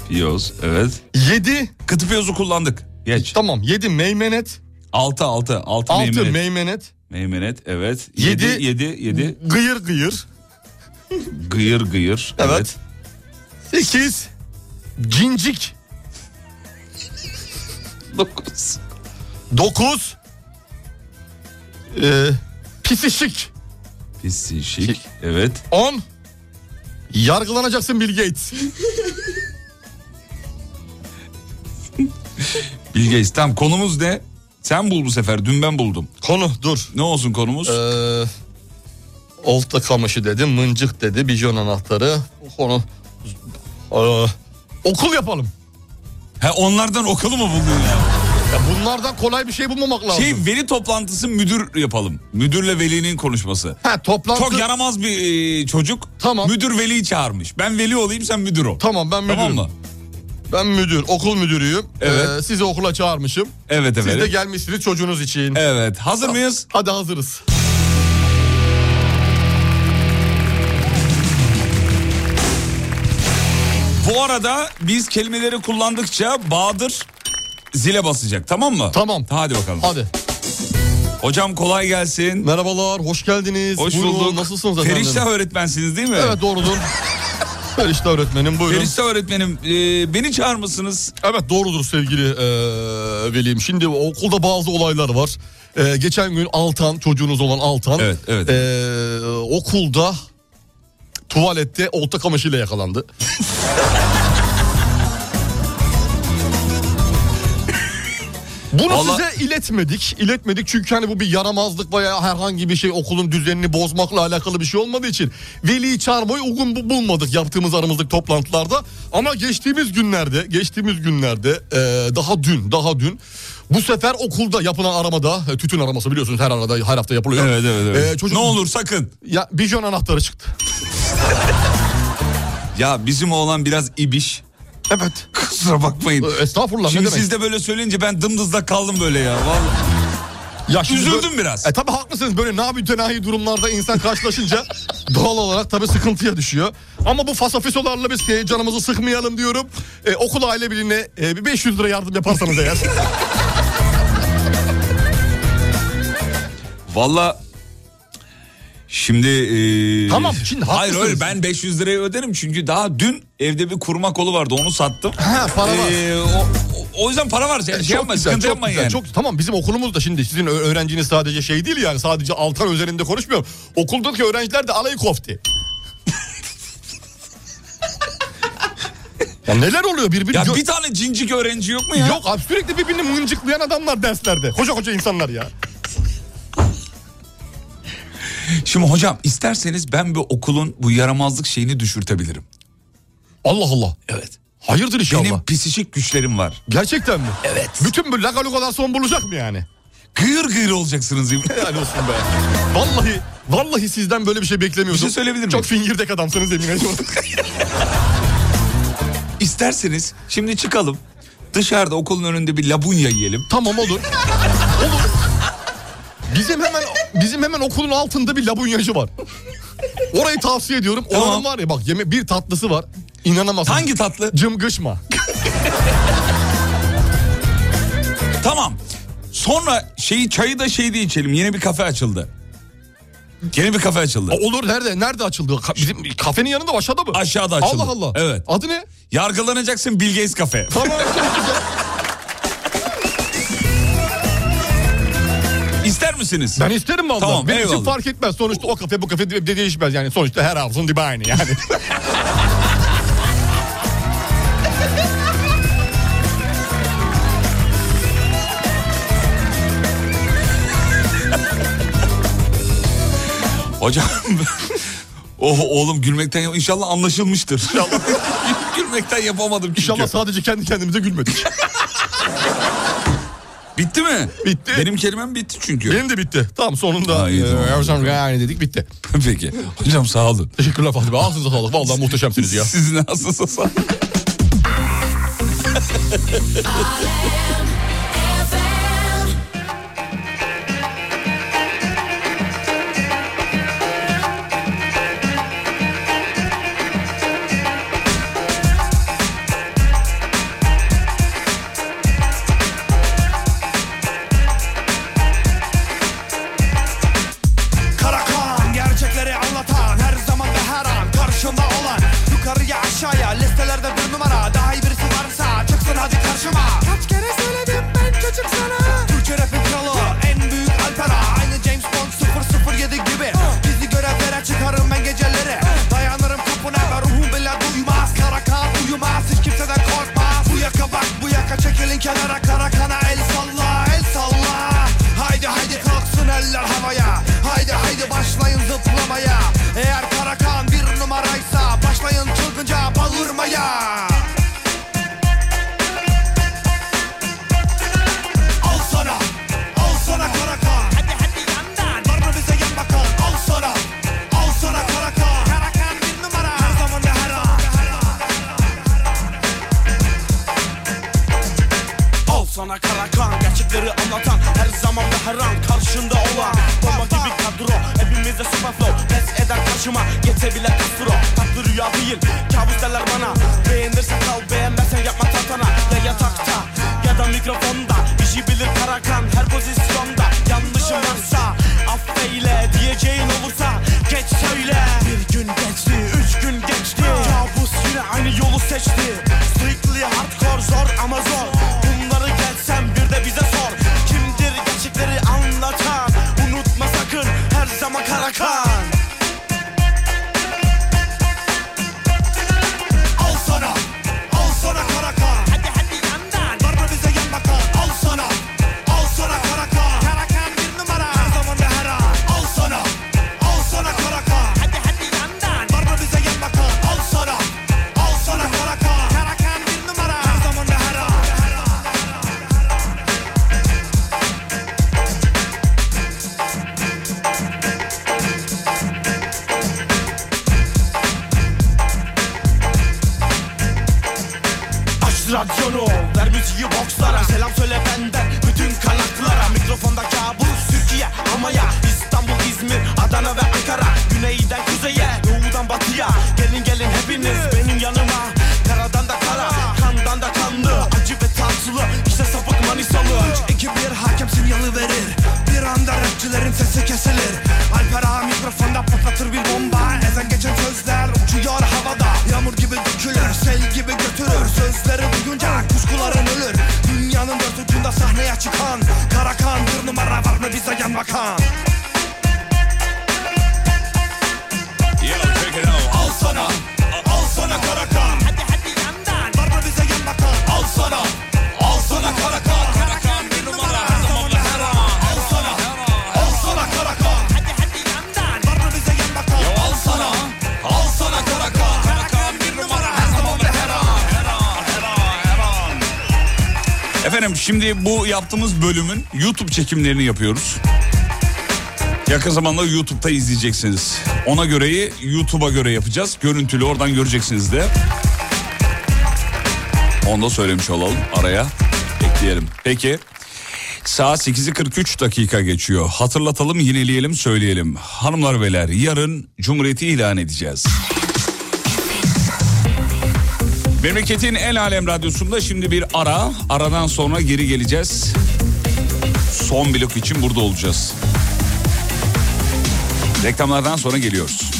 C: Piyoz evet.
F: Yedi.
C: Kıtıpiyozu kullandık. Geç.
F: Tamam yedi meymenet.
C: Altı altı. Altı,
F: Altı
C: meymenet.
F: meymenet.
C: meymenet evet.
F: Yedi.
C: Yedi yedi yedi.
F: Gıyır gıyır.
C: Gıyır gıyır. Evet.
F: Sekiz. Cincik.
C: Dokuz.
F: Dokuz. Ee, pisişik.
C: Pisişik. Evet.
F: On. Yargılanacaksın Bill Gates.
C: Bilgeyiz. Tamam konumuz ne? Sen bul bu sefer. Dün ben buldum.
F: Konu dur.
C: Ne olsun konumuz?
F: Ee, olta kamışı dedi, mıncık dedi, bijon anahtarı. O konu. Ee, okul yapalım.
C: He onlardan okulu mu buldun ya?
F: Ya bunlardan kolay bir şey bulmamak lazım.
C: Şey veli toplantısı müdür yapalım. Müdürle velinin konuşması.
F: ha toplantı.
C: Şey, Çok yaramaz bir e, çocuk.
F: Tamam.
C: Müdür veliyi çağırmış. Ben veli şey olayım sen müdür ol.
F: Tamam ben müdürüm.
C: Tamam mı?
F: Ben müdür, okul müdürüyüm.
C: Evet.
F: Ee, sizi okula çağırmışım.
C: Evet
F: Siz de
C: evet.
F: gelmişsiniz çocuğunuz için.
C: Evet. Hazır mıyız?
F: Hadi hazırız.
C: Bu arada biz kelimeleri kullandıkça Bahadır zile basacak tamam mı?
F: Tamam.
C: Hadi bakalım.
F: Hadi.
C: Hocam kolay gelsin.
F: Merhabalar, hoş geldiniz.
C: Hoş
F: Buyurun,
C: bulduk.
F: Nasılsınız efendim?
C: Ferişte öğretmensiniz değil mi?
F: Evet doğrudur. Ferişte öğretmenim buyurun.
C: Ferişte öğretmenim e, beni çağırmışsınız.
F: Evet doğrudur sevgili eee, velim. Şimdi okulda bazı olaylar var. Eee, geçen gün Altan çocuğunuz olan Altan
C: Evet, evet.
F: eee, okulda tuvalette olta kamışıyla yakalandı. Bunu
C: Vallahi-
F: size iletmedik. İletmedik çünkü hani bu bir yaramazlık veya herhangi bir şey okulun düzenini bozmakla alakalı bir şey olmadığı için veliyi çağırmayı uygun bu- bulmadık yaptığımız aramızdaki toplantılarda. Ama geçtiğimiz günlerde, geçtiğimiz günlerde eee, daha dün, daha dün bu sefer okulda yapılan aramada e, tütün araması biliyorsunuz her arada her hafta yapılıyor.
C: Evet evet evet.
F: Eee, çocuk-
C: Ne olur sakın.
F: Ya bijon anahtarı çıktı.
C: Ya bizim oğlan biraz ibiş.
F: Evet.
C: Kusura bakmayın.
F: Ee, Estağfurullah ne
C: Şimdi
F: demek?
C: siz de böyle söyleyince ben dımdızda kaldım böyle ya. Vallahi.
F: Ya şimdi
C: Üzüldüm
F: böyle-
C: biraz.
F: E tabii haklısınız böyle nabütenahi durumlarda insan karşılaşınca doğal olarak tabii sıkıntıya düşüyor. Ama bu fasafisolarla biz e, canımızı sıkmayalım diyorum. E, okul aile birliğine e, bir 500 lira yardım yaparsanız eğer.
C: Valla şimdi... e,
F: Tamam, şimdi
C: Hayır
F: haklısınız.
C: öyle ben 500 lirayı öderim çünkü daha dün evde bir kurma kolu vardı onu sattım.
F: ha para var. E,
C: Ee, o, o- o yüzden para var. Yani şey yapmayın sıkıntı
F: çok
C: yapmayın
F: güzel,
C: yani.
F: çok- tamam bizim okulumuz da şimdi sizin ö- öğrenciniz sadece şey değil yani sadece altan üzerinde konuşmuyorum. Okuldaki öğrenciler de alayı kofti. ya neler oluyor birbirini
C: Ya
F: gö-
C: bir tane cincik öğrenci yok mu ya?
F: Yok abi sürekli birbirini mıncıklayan adamlar derslerde. Koca koca insanlar ya.
C: Şimdi hocam isterseniz ben bir okulun bu yaramazlık şeyini düşürtebilirim.
F: Allah Allah.
C: Evet.
F: Hayırdır inşallah.
C: Benim pisişik güçlerim var.
F: Gerçekten mi? Evet. Bütün bu lagalugalar son bulacak mı yani?
C: Gıyır gıyır olacaksınız.
F: Helal olsun be. Vallahi, vallahi sizden böyle bir şey beklemiyordum.
C: Bir şey söyleyebilir miyim?
F: Çok fingirdek adamsınız emin ediyorum.
C: İsterseniz şimdi çıkalım. Dışarıda okulun önünde bir labunya yiyelim.
F: tamam olur. Olur. Bizim hemen bizim hemen okulun altında bir labunyacı var. Orayı tavsiye ediyorum. Oranın
C: Tamam.
F: var ya bak yeme bir tatlısı var. İnanamazsın.
C: Hangi tatlı?
F: Cımgışma.
C: Tamam. Sonra şeyi çayı da şeyde içelim. Yeni bir kafe açıldı. Yeni bir kafe açıldı.
F: Olur nerede? Nerede açıldı? Ka- bizim kafenin yanında mı, aşağıda mı?
C: Aşağıda açıldı.
F: Allah Allah.
C: Evet.
F: Adı ne?
C: Yargılanacaksın Bill Gates kafe.
F: Tamam. çok güzel.
C: İster misiniz?
F: Ben Hani isterim valla.
C: Tamam,
F: Benim için
C: eyvallah.
F: fark etmez. Sonuçta o kafe bu kafe de de değişmez. Yani sonuçta her hafızın dibi aynı yani.
C: Hocam oh, oğlum gülmekten inşallah anlaşılmıştır. Gülmekten yapamadım çünkü. İnşallah
F: sadece kendi kendimize gülmedik.
C: bitti mi?
F: Bitti.
C: Benim kelimem bitti çünkü.
F: Benim de bitti. Tamam sonunda.
C: Ha, iyi, tamam.
F: Ee, hocam yani dedik bitti.
C: Peki. Hocam sağ olun.
F: Teşekkürler Fatih Bey. Ağzınıza sağlık. Vallahi muhteşemsiniz ya.
C: Sizin ağzınıza sağlık.
N: Karakan gerçekleri anlatan her zaman ve her an karşında olan yukarıya aşağıya listelerde bir numara daha iyi birisi varsa çıksın hadi karşıma kaç kere söyledim ben çocuk sana Türkçe rapin kralı en büyük alpera aynı James Bond 007 gibi gizli görevlere çıkarım ben geceleri dayanırım kapına ve ruhum bile duymaz Karakan uyumaz hiç kimseden korkmaz bu yaka bak bu yaka çekilin kenara karakana el salla el salla Haydi haydi kalksın eller havaya Haydi haydi başlayın zıplamaya Eğer karakan bir numaraysa Başlayın çılgınca bağırmaya Al sana Al sana karakan Hadi hadi yandan Var mı bize yan bakalım Al sana Al sana karakan Karakan bir numara Her zaman ve her an Al sana karakan Gerçekleri anlatan Her zaman ve her an karşında olan Bomba gibi kadro Hepimize super flow Pes eder karşıma Gete bile kastro Tatlı rüya değil Kabus derler bana Beğenirsen kal Beğenmezsen yapma tatana Ya yatakta Ya da mikrofonda İşi bilir karakan Her pozisyonda Yanlışım varsa Affeyle Diyeceğin olursa Geç söyle Bir gün geçti Üç gün geçti Kabus yine aynı yolu seçti Strictly hardcore Zor ama zor Bunları gelsen bir de bize sor Kimdir gerçekleri anlatan Unutma sakın her zaman karakan Al sana Al sana karakan Hadi hadi yandan Var mı bize yan bakan Al sana Al sana karakan Karakan bir numara Her zaman ve her an Al sana Al sana karakan Hadi hadi yandan Var mı bize yan bakan Al sana Al sana karakan Karakan bir numara Her zaman ve her an Aç radyonu Ver müziği boxlara Selam söyle benden bütün kanatlara Mikrofonda kabus Türkiye Amaya İstanbul, İzmir, Adana ve Ankara Güneyden kuzeye Doğudan batıya Gelin gelin hepiniz benim yanıma Karadan da kara Kandan da kanlı Acı ve tatlı işte sapık manisalı 3, 2, 1 hakem sinyalı verir Bir anda rapçilerin sesi kesilir Alpera mikrofonda patlatır bir bomba Ezen geçen sözler uçuyor havada Yağmur gibi dökülür, sel gibi götürür Sözleri duyunca kuşkuların ölür Dünyanın dört ucunda sahneye çıkan Karakan bir numara var mı bize yan bakan Al sana, al sana karakan Hadi hadi yandan Var mı bize yan bakan Al sana, al sana karakan Karakan bir numara her zaman ve her an Al sana, al sana karakan Hadi hadi yandan Var mı bize yan bakan Al sana, al sana karakan Karakan bir numara her zaman ve her an
C: Efendim şimdi bu yaptığımız bölümün YouTube çekimlerini yapıyoruz. Yakın zamanda YouTube'da izleyeceksiniz. Ona göreyi YouTube'a göre yapacağız. Görüntülü oradan göreceksiniz de. Onu da söylemiş olalım araya ekleyelim. Peki saat 8'i 43 dakika geçiyor. Hatırlatalım, yineleyelim, söyleyelim. Hanımlar beyler yarın Cumhuriyeti ilan edeceğiz. Memleketin El Alem Radyosu'nda şimdi bir ara. Aradan sonra geri geleceğiz. Son blok için burada olacağız. Reklamlardan sonra geliyoruz.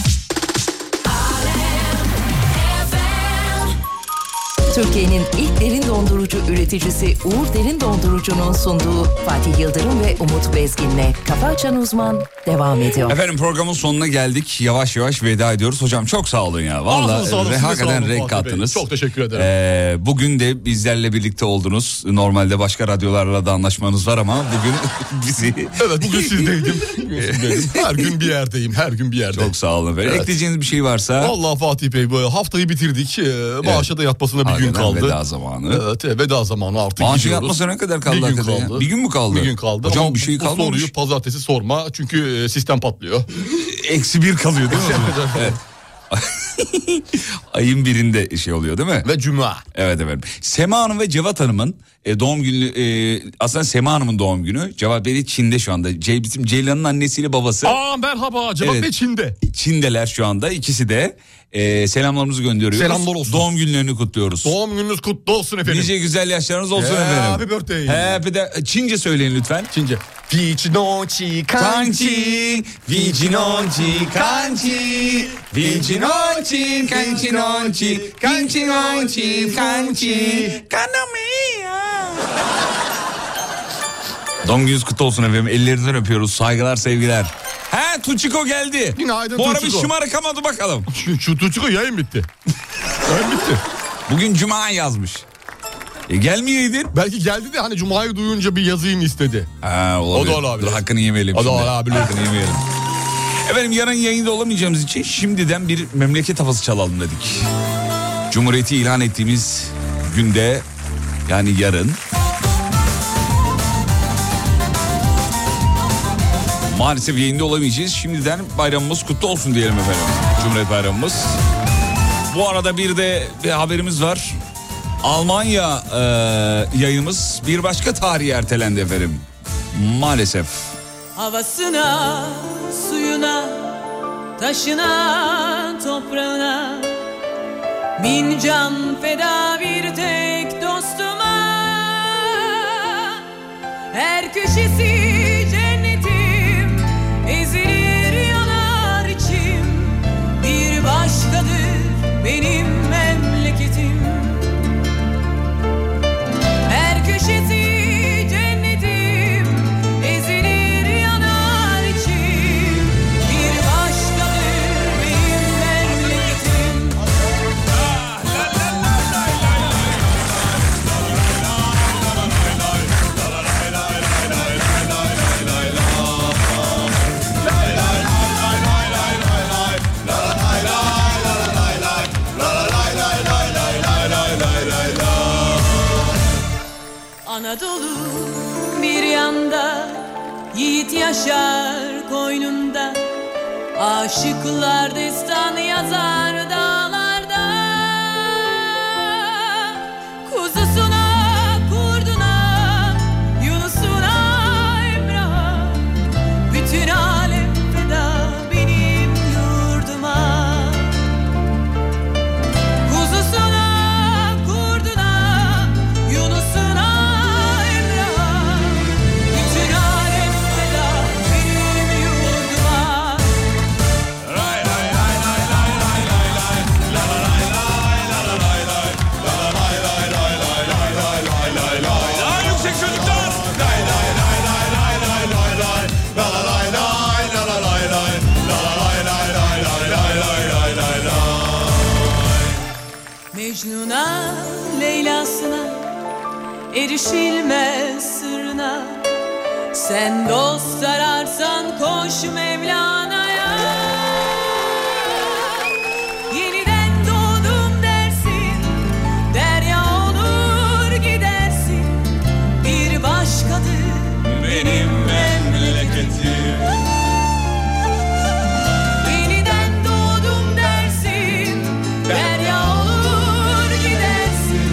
A: Türkiye'nin ilk derin dondurucu üreticisi Uğur Derin Dondurucu'nun sunduğu Fatih Yıldırım ve Umut Bezgin'le Kafa Açan Uzman devam ediyor.
C: Efendim programın sonuna geldik. Yavaş yavaş veda ediyoruz. Hocam çok sağ olun ya.
F: Ağzınıza sağlık,
C: Valla
F: size sağ
C: hakikaten
F: olun
C: renk
F: Fatih Bey.
C: kattınız.
F: Çok teşekkür ederim.
C: Ee, bugün de bizlerle birlikte oldunuz. Normalde başka radyolarla da anlaşmanız var ama bugün bizi...
F: Evet bugün sizdeydim. Bugün sizdeydim. her gün bir yerdeyim. Her gün bir yerdeyim.
C: Çok sağ olun efendim. Ekleyeceğiniz bir şey varsa...
F: Vallahi Fatih Bey bu haftayı bitirdik. Ee, Maaşa da yatmasına bir gün
C: Hakikaten
F: kaldı.
C: veda zamanı.
F: Evet evet, veda zamanı artık
C: Maaşa
F: gidiyoruz.
C: yatmasına ne kadar kaldı
F: Bir gün
C: hakikaten ya?
F: kaldı.
C: Bir gün mü kaldı?
F: Bir gün kaldı.
C: Hocam
F: Ama
C: bir şey
F: bu
C: kalmamış.
F: soruyu pazartesi sorma çünkü e, sistem patlıyor.
C: Eksi bir kalıyor değil mi? Evet. Ayın birinde şey oluyor değil mi?
F: Ve cuma.
C: Evet efendim. Sema Hanım ve Cevat Hanım'ın e, doğum günü e, aslında Sema Hanım'ın doğum günü. Cevat Bey de Çin'de şu anda. Ce, bizim Ceylan'ın annesiyle babası.
F: Aa merhaba Cevat
C: Evet.
F: Bey Çin'de.
C: Çin'deler şu anda. İkisi de e, selamlarımızı gönderiyoruz.
F: Selamlar olsun.
C: Doğum günlerini kutluyoruz.
F: Doğum gününüz kutlu olsun efendim.
C: Nice güzel yaşlarınız olsun
F: Happy
C: efendim.
F: birthday.
C: Happy de Çince söyleyin lütfen.
F: Çince. Vicinoci
C: kanci, vicinoci kanci, vicinoci kancinoci, kancinoci kanci, kanamia. Doğum gününüz kutlu olsun efendim. Ellerinizden öpüyoruz. Saygılar, sevgiler. He Tuçiko geldi.
F: Günaydın
C: Bu ara bir
F: Tuçiko.
C: şımarıkamadı bakalım.
F: Şu, şu Tuçiko yayın bitti. yayın bitti.
C: Bugün Cuma yazmış. E gelmeyeydin.
F: Belki geldi de hani Cuma'yı duyunca bir yazayım istedi.
C: Ha, olabilir.
F: O da olabilir.
C: Dur, hakkını yemeyelim.
F: O da
C: şimdi.
F: olabilir.
C: Hakkını yemeyelim. Efendim yarın yayında olamayacağımız için şimdiden bir memleket havası çalalım dedik. Cumhuriyeti ilan ettiğimiz günde yani yarın maalesef yayında olamayacağız. Şimdiden bayramımız kutlu olsun diyelim efendim. Cumhuriyet bayramımız. Bu arada bir de bir haberimiz var. Almanya e, yayımız bir başka tarihe ertelendi efendim. Maalesef.
O: Havasına, suyuna, taşına, toprağına Bin can feda bir tek dostuma Her köşesi cennetim Ezilir yanar içim Bir başkadır benim memleketim Her köşesi cennetim Ezilir yanar içim Bir başkadır benim memleketim Anadolu bir yanda Yiğit yaşar koynunda Aşıklar destan yazar dağlarda Kuzusuna, kurduna, Yunus'una, Emrah'a Bütün alem feda benim yurduma Kuzusuna, kurduna, Yunus'una, Emrah'a Bütün alem feda benim yurduma
D: Daha yüksek çocuklar. Lay lay lay lay lay lay lay lay. La la lay lay la la lay lay. La la lay lay lay lay lay lay lay lay lay.
O: Mecnun'a, Leyla'sına erişilmez sırrına Sen dost ararsan koş Mevlana'ya Yeniden doğdum dersin, derya olur gidersin Bir başkadır
D: Benim memleketim.
O: Yeniden doğdum dersin, derya olur gidersin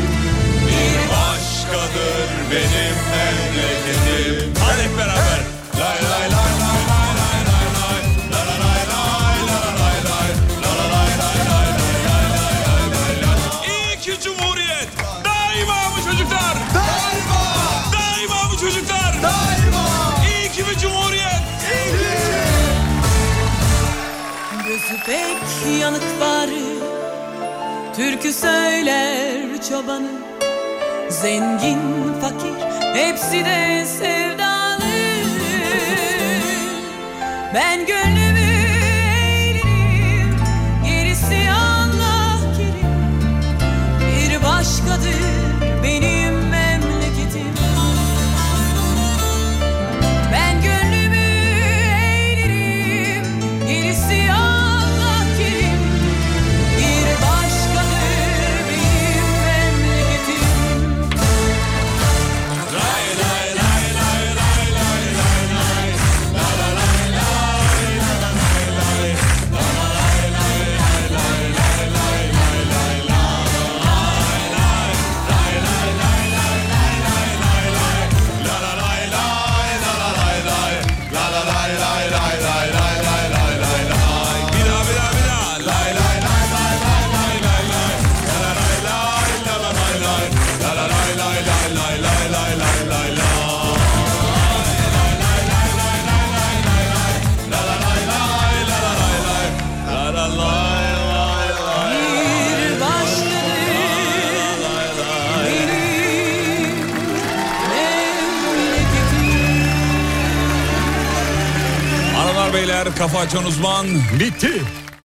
D: Bir başkadır benim memleketim. Hadi hep beraber. Lay lay lay lay lay lay lay lay. La la lay lay la la lay lay. La la lay lay lay lay lay lay lay lay lay. İyi ki Cumhuriyet. Daima bu çocuklar. Daima. Daima bu çocuklar. Daima. İyi ki bir Cumhuriyet. İyi ki.
O: Gözü pek yanık bari Türkü söyler çobanı Zengin fakir hepsi de sevdalı Ben gönlümü eğlenirim gerisi Allah kerim Bir başkadır benim memleketim Ben gönlümü eğlenirim gerisi Allah kerim Bir başkadır benim memleketim Bir başkadır benim memleketim
C: Aralar beyler kafa açan uzman.
F: Bitti.